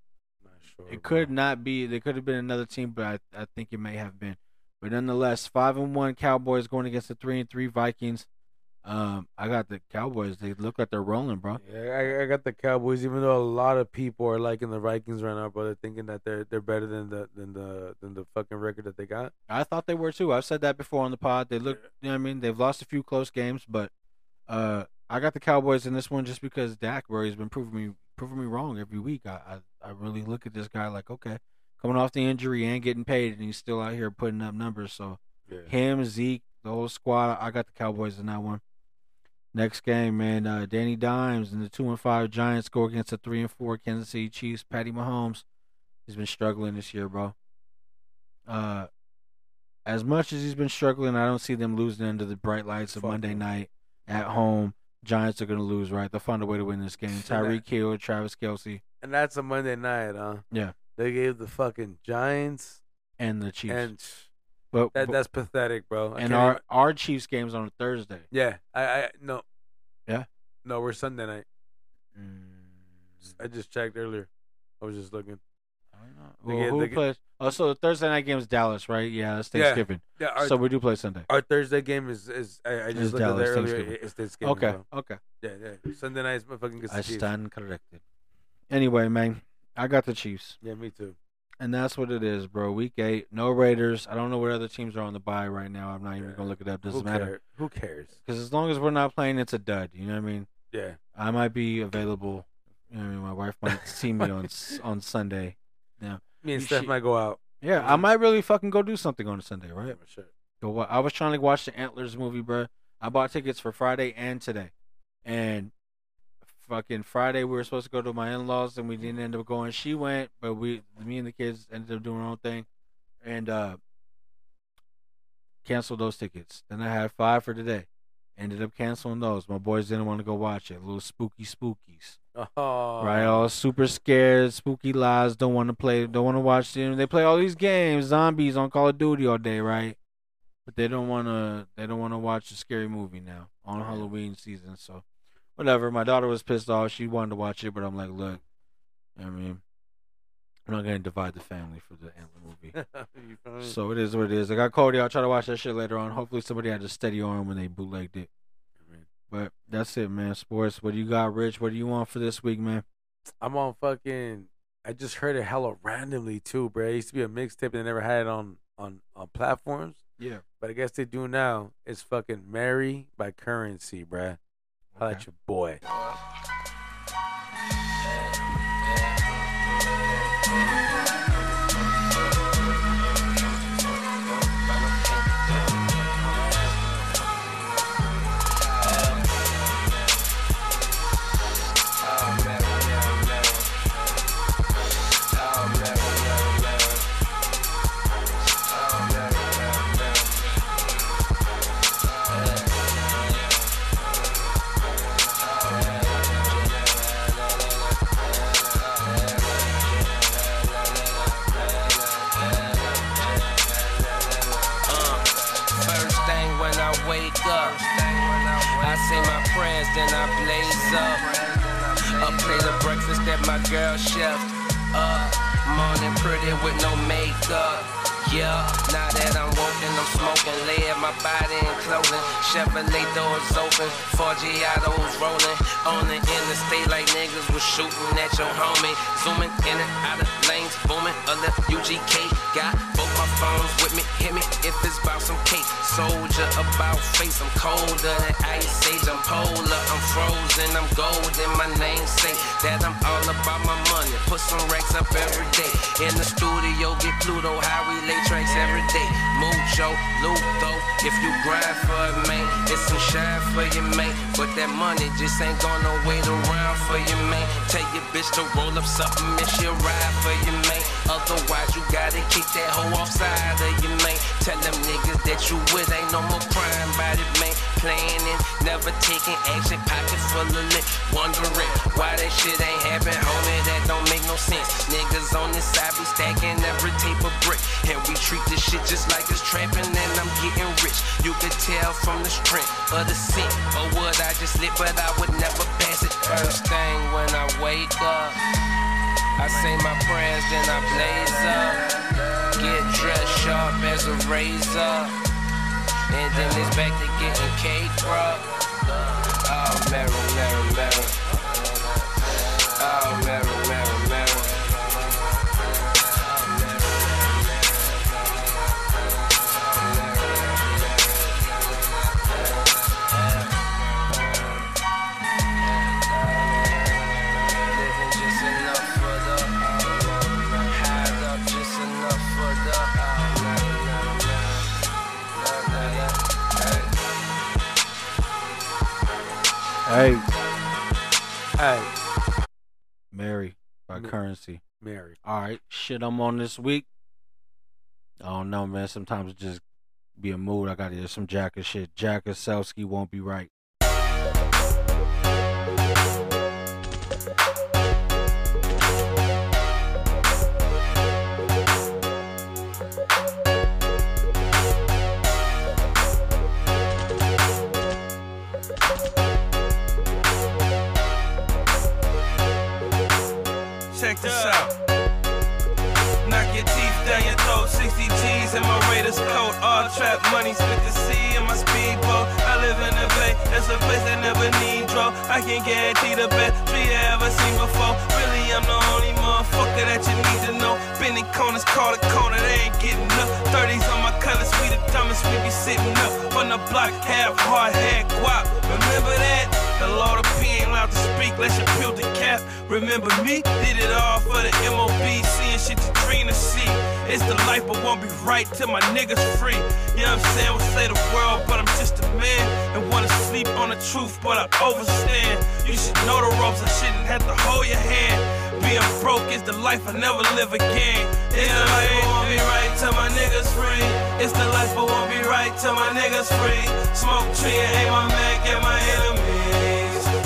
S4: Not sure,
S3: It could
S4: bro.
S3: not be. There could have been another team, but I, I think it may have been. But nonetheless, five and one Cowboys going against the three and three Vikings. Um, I got the Cowboys. They look like they're rolling, bro.
S4: Yeah, I, I got the Cowboys, even though a lot of people are liking the Vikings right now, bro. They're thinking that they're they're better than the than the than the fucking record that they got.
S3: I thought they were too. I've said that before on the pod. They look, you know what I mean? They've lost a few close games, but uh, I got the Cowboys in this one just because Dak, bro, he's been proving me proving me wrong every week. I, I, I really look at this guy like, okay, coming off the injury and getting paid, and he's still out here putting up numbers. So him, Zeke, the whole squad, I got the Cowboys in that one. Next game, man, uh, Danny Dimes and the two and five Giants go against the three and four Kansas City Chiefs. Patty Mahomes, he's been struggling this year, bro. Uh, as much as he's been struggling, I don't see them losing under the bright lights of
S4: Fuck
S3: Monday
S4: no.
S3: night at home. Giants are gonna lose, right? They'll find a way to win this game.
S4: that-
S3: Tyreek Hill, Travis Kelsey,
S4: And that's a Monday night, huh?
S3: Yeah.
S4: They gave the fucking Giants
S3: and the Chiefs.
S4: and
S3: But,
S4: That
S3: but-
S4: that's pathetic, bro.
S3: and
S4: I can't
S3: our
S4: even-
S3: our Chiefs game's on a Thursday.
S4: yeah, I, I no.
S3: Yeah?
S4: No, we're Sunday night. Mm.
S3: Mm.
S4: I just checked earlier. I was just looking.
S3: I don't know.
S4: They
S3: Well,
S4: get-
S3: who
S4: they get-
S3: plays? Oh, so the Thursday night game is Dallas, right? Yeah, that's
S4: Yeah.
S3: Thanksgiving.
S4: Yeah, our,
S3: so we do play Sunday.
S4: our Thursday game is is I, I just
S3: It's
S4: looked at that
S3: Dallas,
S4: earlier.
S3: Thanksgiving.
S4: It's Thanksgiving.
S3: Okay,
S4: bro.
S3: okay.
S4: Yeah, yeah. Sunday night is my fucking good.
S3: I stand corrected. Anyway, man, I got the Chiefs,
S4: Yeah, me too.
S3: and that's what it is, bro. Week eight, no Raiders. I don't know what other teams are on the bye right now. I'm not even
S4: Yeah.
S3: gonna look it up. Doesn't
S4: Who
S3: matter
S4: care- Who cares?
S3: because as long as we're not playing, it's a dud. You know what I mean?
S4: Yeah.
S3: I might be available. You know, what I mean? my wife might see me on s- on Sunday.
S4: Me and
S3: You
S4: Steph
S3: should-
S4: might go out.
S3: Yeah, I might really fucking go do something on Sunday, right?
S4: For sure.
S3: Yo, what- I was trying to watch the Antlers movie, bro. I bought tickets for Friday and today, and fucking Friday we were supposed to go to my in laws, and we didn't end up going. She went, but we, me and the kids, ended up doing our own thing, and uh canceled those tickets. Then I had five for today. Ended up canceling those. My boys didn't want to go watch it. Little spooky spookies.
S4: Oh.
S3: Right, all super scared, spooky lies. Don't want to play. Don't want to watch them. They play all these games, zombies on Call of Duty all day, right? But they don't want to. They don't want to watch a scary movie now on Halloween season. So, whatever. My daughter was pissed off. She wanted to watch it, but I'm like, look, I mean, I'm not gonna divide the family for the Antler movie.
S4: You feel me?
S3: So it is what it is. I got Cody. I'll try to watch that shit later on. Hopefully somebody had a steady arm when they bootlegged it. But that's it, man. Sports. What do you got, Rich? What do you want for this week, man?
S4: I'm on fucking. I just heard it hella randomly too, bro. It used to be a mixtape and they never had it on on on platforms,
S3: Yeah.
S4: but I guess they do now. It's fucking "Mary" by Currency, bruh. How about your boy?
S1: First thing when I wake up, I say my prayers, then I blaze up. A plate of breakfast that my girl chef up. Morning pretty with no makeup. Yeah, now that I'm working, I'm smoking. Layer my body in clothing. Chevrolet doors open, four Giottos rolling. On the interstate like niggas was shooting at your homie. Zooming in and out of lanes, booming. A left UGK. Got both my phones with me. Hit me if it's about some cake. Soldier about face, I'm colder than ice age. I'm polar, I'm frozen, I'm golden. My namesake that I'm all about my money. Put some racks up every day. In the studio, get Pluto. How we lay tracks every day. Mucho, Luto. If you grind for it, man, it's some shine for you, man. But that money just ain't gonna wait around for you, man. Tell your bitch to roll up something if she ride for you, man. Otherwise, you gotta kick that hoe offside of you, man. Tell them niggas that you with ain't no more crime about it, man. Planning, never taking action, pocket full of lit. Wondering why that shit ain't happen, homie, that don't make no sense. Niggas on this side be stacking every tape of brick. And we treat this shit just like it's trapping, and I'm getting rich. You could tell from the strength of the scent. Or would I just lit, but I would never pass it. First thing when I wake up. I say my prayers, then I blaze up. Get dressed sharp as a razor. And then it's back to getting cake, bro. Oh, Mary, Mary, Mary. Oh, Mary, Mary, Mary. Living just enough for the high up, just enough for the Hey.
S3: Hey,
S4: Hey,
S3: Mary by
S4: Ma-
S3: Currency.
S4: Mary.
S3: All right, shit, I'm on this week. I don't know, man. Sometimes it just be a mood. I gotta hear some Jacker shit. Jacker Selski won't be right.
S7: this out. Knock your teeth down your throat, 60 G's in my Raiders coat. All trap money, spit the sea in my speedboat. I live in a bay, that's a place that never need draw. I can guarantee the best tree I ever seen before. Really, I'm the only motherfucker that you need to know. Bending corners, call to corner, they ain't getting up. 30s on my colors, we the dumbest, we be sitting up. On the block, half hard, half guap. Remember that? The Lord of P ain't allowed to speak, let you peel the cap. Remember me? Did it all for the MOB, seeing shit you dream to see. It's the life, but won't be right till my niggas free. You know what I'm saying? We'll say the world, but I'm just a man. And wanna sleep on the truth, but I overstand. You should know the ropes, I shouldn't have to hold your hand. Being broke is the life I never live again. It's the life, but won't be right till my niggas free. It's the life, but won't be right till my niggas free. Smoke tree and aim my Mac and my enemies.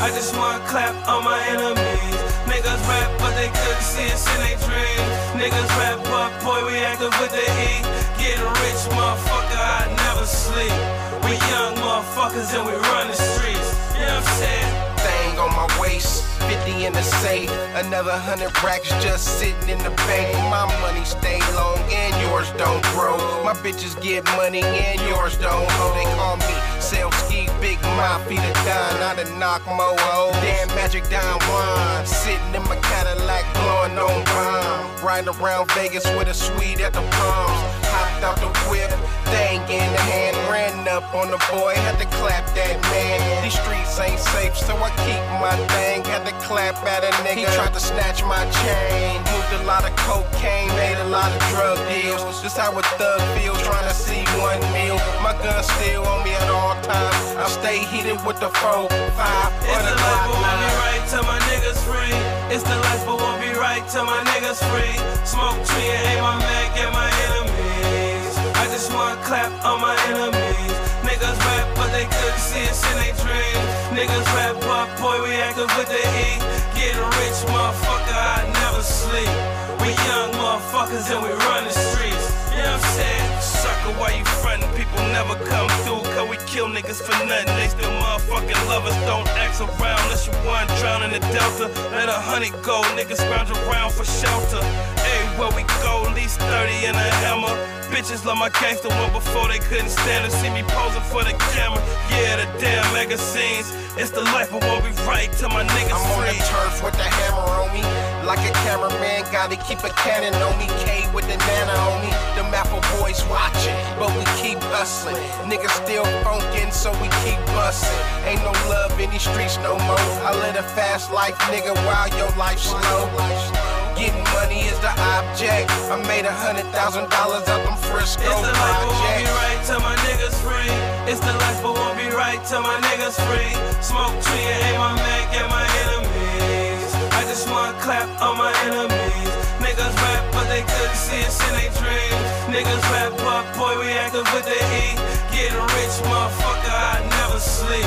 S7: I just wanna clap on my enemies. Niggas rap, but they couldn't see us in their dreams. Niggas rap, but boy, we active with the heat. Get rich, motherfucker, I never sleep. We young motherfuckers and we run the streets. You know what I'm saying?
S8: thing on my waist. 50 in the safe, another 100 racks just sitting in the bank. My money stay long and yours don't grow. My bitches get money and yours don't hoe. They call me Sell Ski, Big Mafia the Don, I done knock mo hoes. Damn Magic Don Juan, sitting in my Cadillac blowing on bomb. Riding around Vegas with a suite at the Palms. Hopped out the whip, thing in the hand, ran up on the boy, had to clap that man. These streets ain't safe, so I keep my thing. Had to clap at a nigga. He tried to snatch my chain. Moved a lot of cocaine, made a lot of drug deals. Just how a thug feels, trying to see one meal. My gun still on me at all times. I stay heated with the four, five, or
S7: It's
S8: the
S7: the
S8: Glock
S7: life, but won't be
S8: nine.
S7: right till my niggas free. It's the life, but won't be right till my niggas free. Smoke tree and aim my Mac at my enemies. I just wanna clap on my enemies. Niggas rap, but they couldn't see us in their dreams. Niggas rap, but boy, we active with the heat. Get rich, motherfucker, I never sleep. We young motherfuckers and we run the streets. You know what I'm saying? Sucker, why you frontin'? People never come through, cause we kill niggas for nothing. They still motherfucking love us. Don't act around unless you want drown in the delta. Let a hundred go, niggas scrounge around for shelter. Everywhere we go, least 30 and a hammer. Bitches love my gangster one before they couldn't stand to see me posing for the camera. Yeah, the damn magazines. It's the life, I won't be right till my niggas
S8: I'm on the
S7: free.
S8: turf with the hammer on me. Like a cameraman, gotta keep a cannon on me. K with the nana on me. The Mapple boys watching, but we keep hustling. Niggas still funkin', so we keep bustin'. Ain't no love in these streets no more. I live a fast life, nigga, while your life slow. Getting money is the object. I made a hundred thousand dollars out them Frisco
S7: It's the life, but won't be
S8: projects.
S7: right till my niggas free. It's the life, but won't be right till my niggas free. Smoke tree and aim my Mac at my enemies. I just wanna clap on my enemies. Niggas rap, but they couldn't see us in their dreams. Niggas rap, but boy, we active with the heat. Getting rich, motherfucker, I never sleep.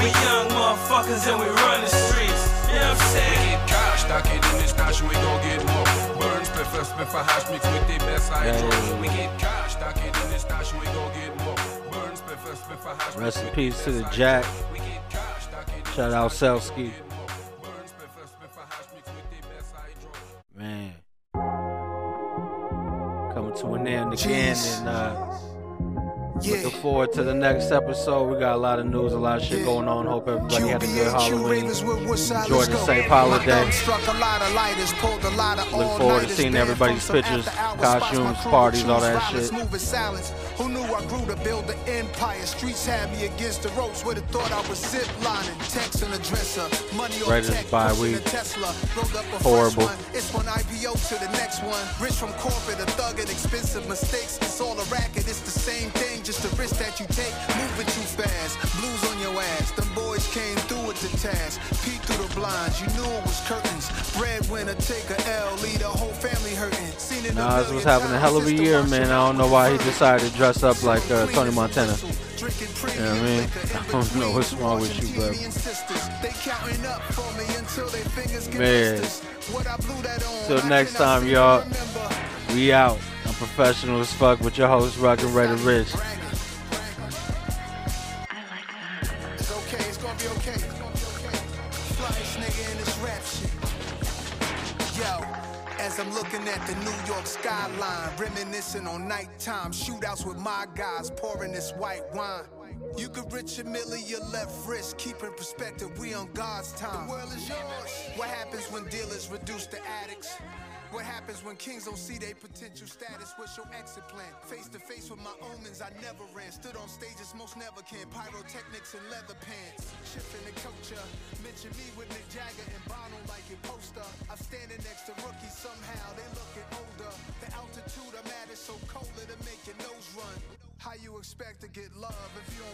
S7: We young motherfuckers and we run the streets. You know what I'm saying?
S2: get cash, stack it in the stash, we go get more. Burns, prefer, prefer hash mix with the best hydro. We get cash, stack it in the stash, we go get more. Burns, prefer, prefer hash mix
S3: Rest in
S2: with
S3: peace to the
S2: best
S3: Jack.
S2: hydro. We get cash, stack it in
S3: Shout
S2: the
S3: out
S2: stash, we go
S3: Selsky.
S2: get more. Burns, prefer, prefer hash mix with the best hydro.
S3: Man. Coming to an end again
S9: Jeez.
S3: and uh,
S9: Yeah.
S3: looking forward to the next episode. We got a lot of news, a lot of shit going on. Hope everybody had a good Halloween. Enjoyed
S9: Enjoyed
S3: the safe holiday.
S9: Struck a lot of lighters, pulled a lot of
S3: Look forward to
S9: all-nighters,
S3: seeing
S9: banned
S3: everybody's
S9: from some
S3: pictures,
S9: after-hours spots, my
S3: costumes,
S9: crew
S3: parties,
S9: choose
S3: all that
S9: violence,
S3: shit.
S9: moving silence. Who knew I grew to build an empire? Streets had me against the ropes. Would have thought I was zip lining, texting a dresser, money on
S3: Raiders
S9: tech,
S3: bye
S9: pushing
S3: week.
S9: a Tesla. Rolled up a
S3: Horrible.
S9: First one. It's one IPO to the next one. Rich from corporate, a thug and expensive mistakes. It's all a racket. It's the same thing, just the risk that you take. Moving too fast, blues on your ass. Them boys came through with the task. Peek through the blinds, you knew it was curtains. Breadwinner, take a L, lead a whole family hurting. Seen it a
S3: Nas was
S9: million
S3: having a
S9: times,
S3: hell of
S9: it's
S3: a
S9: the
S3: year,
S9: Russian
S3: man. I don't know why he decided to dress up like uh, Tony Montana.
S9: Drinking
S3: You know what I
S9: premium
S3: mean?
S9: liquor in
S3: I don't know
S9: between
S3: what's
S9: two
S3: wrong with you, bro.
S9: Argentinian sisters. They counting up for me until they fingers get
S3: Man.
S9: blisters. What I blew that on,
S3: Till
S9: I
S3: next
S9: cannot
S3: time,
S9: see
S3: y'all.
S9: or remember.
S3: We out. I'm professional as fuck with your host, Rockin' Red and Rich.
S9: It's okay, it's gonna be okay. It's gonna be okay. Flyest nigga in this rap shit. Yo, as I'm looking at the New York skyline, reminiscing on nighttime shootouts with my guys, pouring this white wine. You could Richard Miller your left wrist, keep in perspective, we on God's time. The world is yours. What happens when dealers reduce to addicts? What happens when kings don't see their potential status? What's your exit plan? Face to face with my omens, I never ran. Stood on stages most never can. Pyrotechnics and leather pants. Shifting the culture. Mention me with Mick Jagger and Bono like your poster. I'm standing next to rookies somehow. They looking older. The altitude I'm at is so cold it'll make your nose run. How you expect to get love if you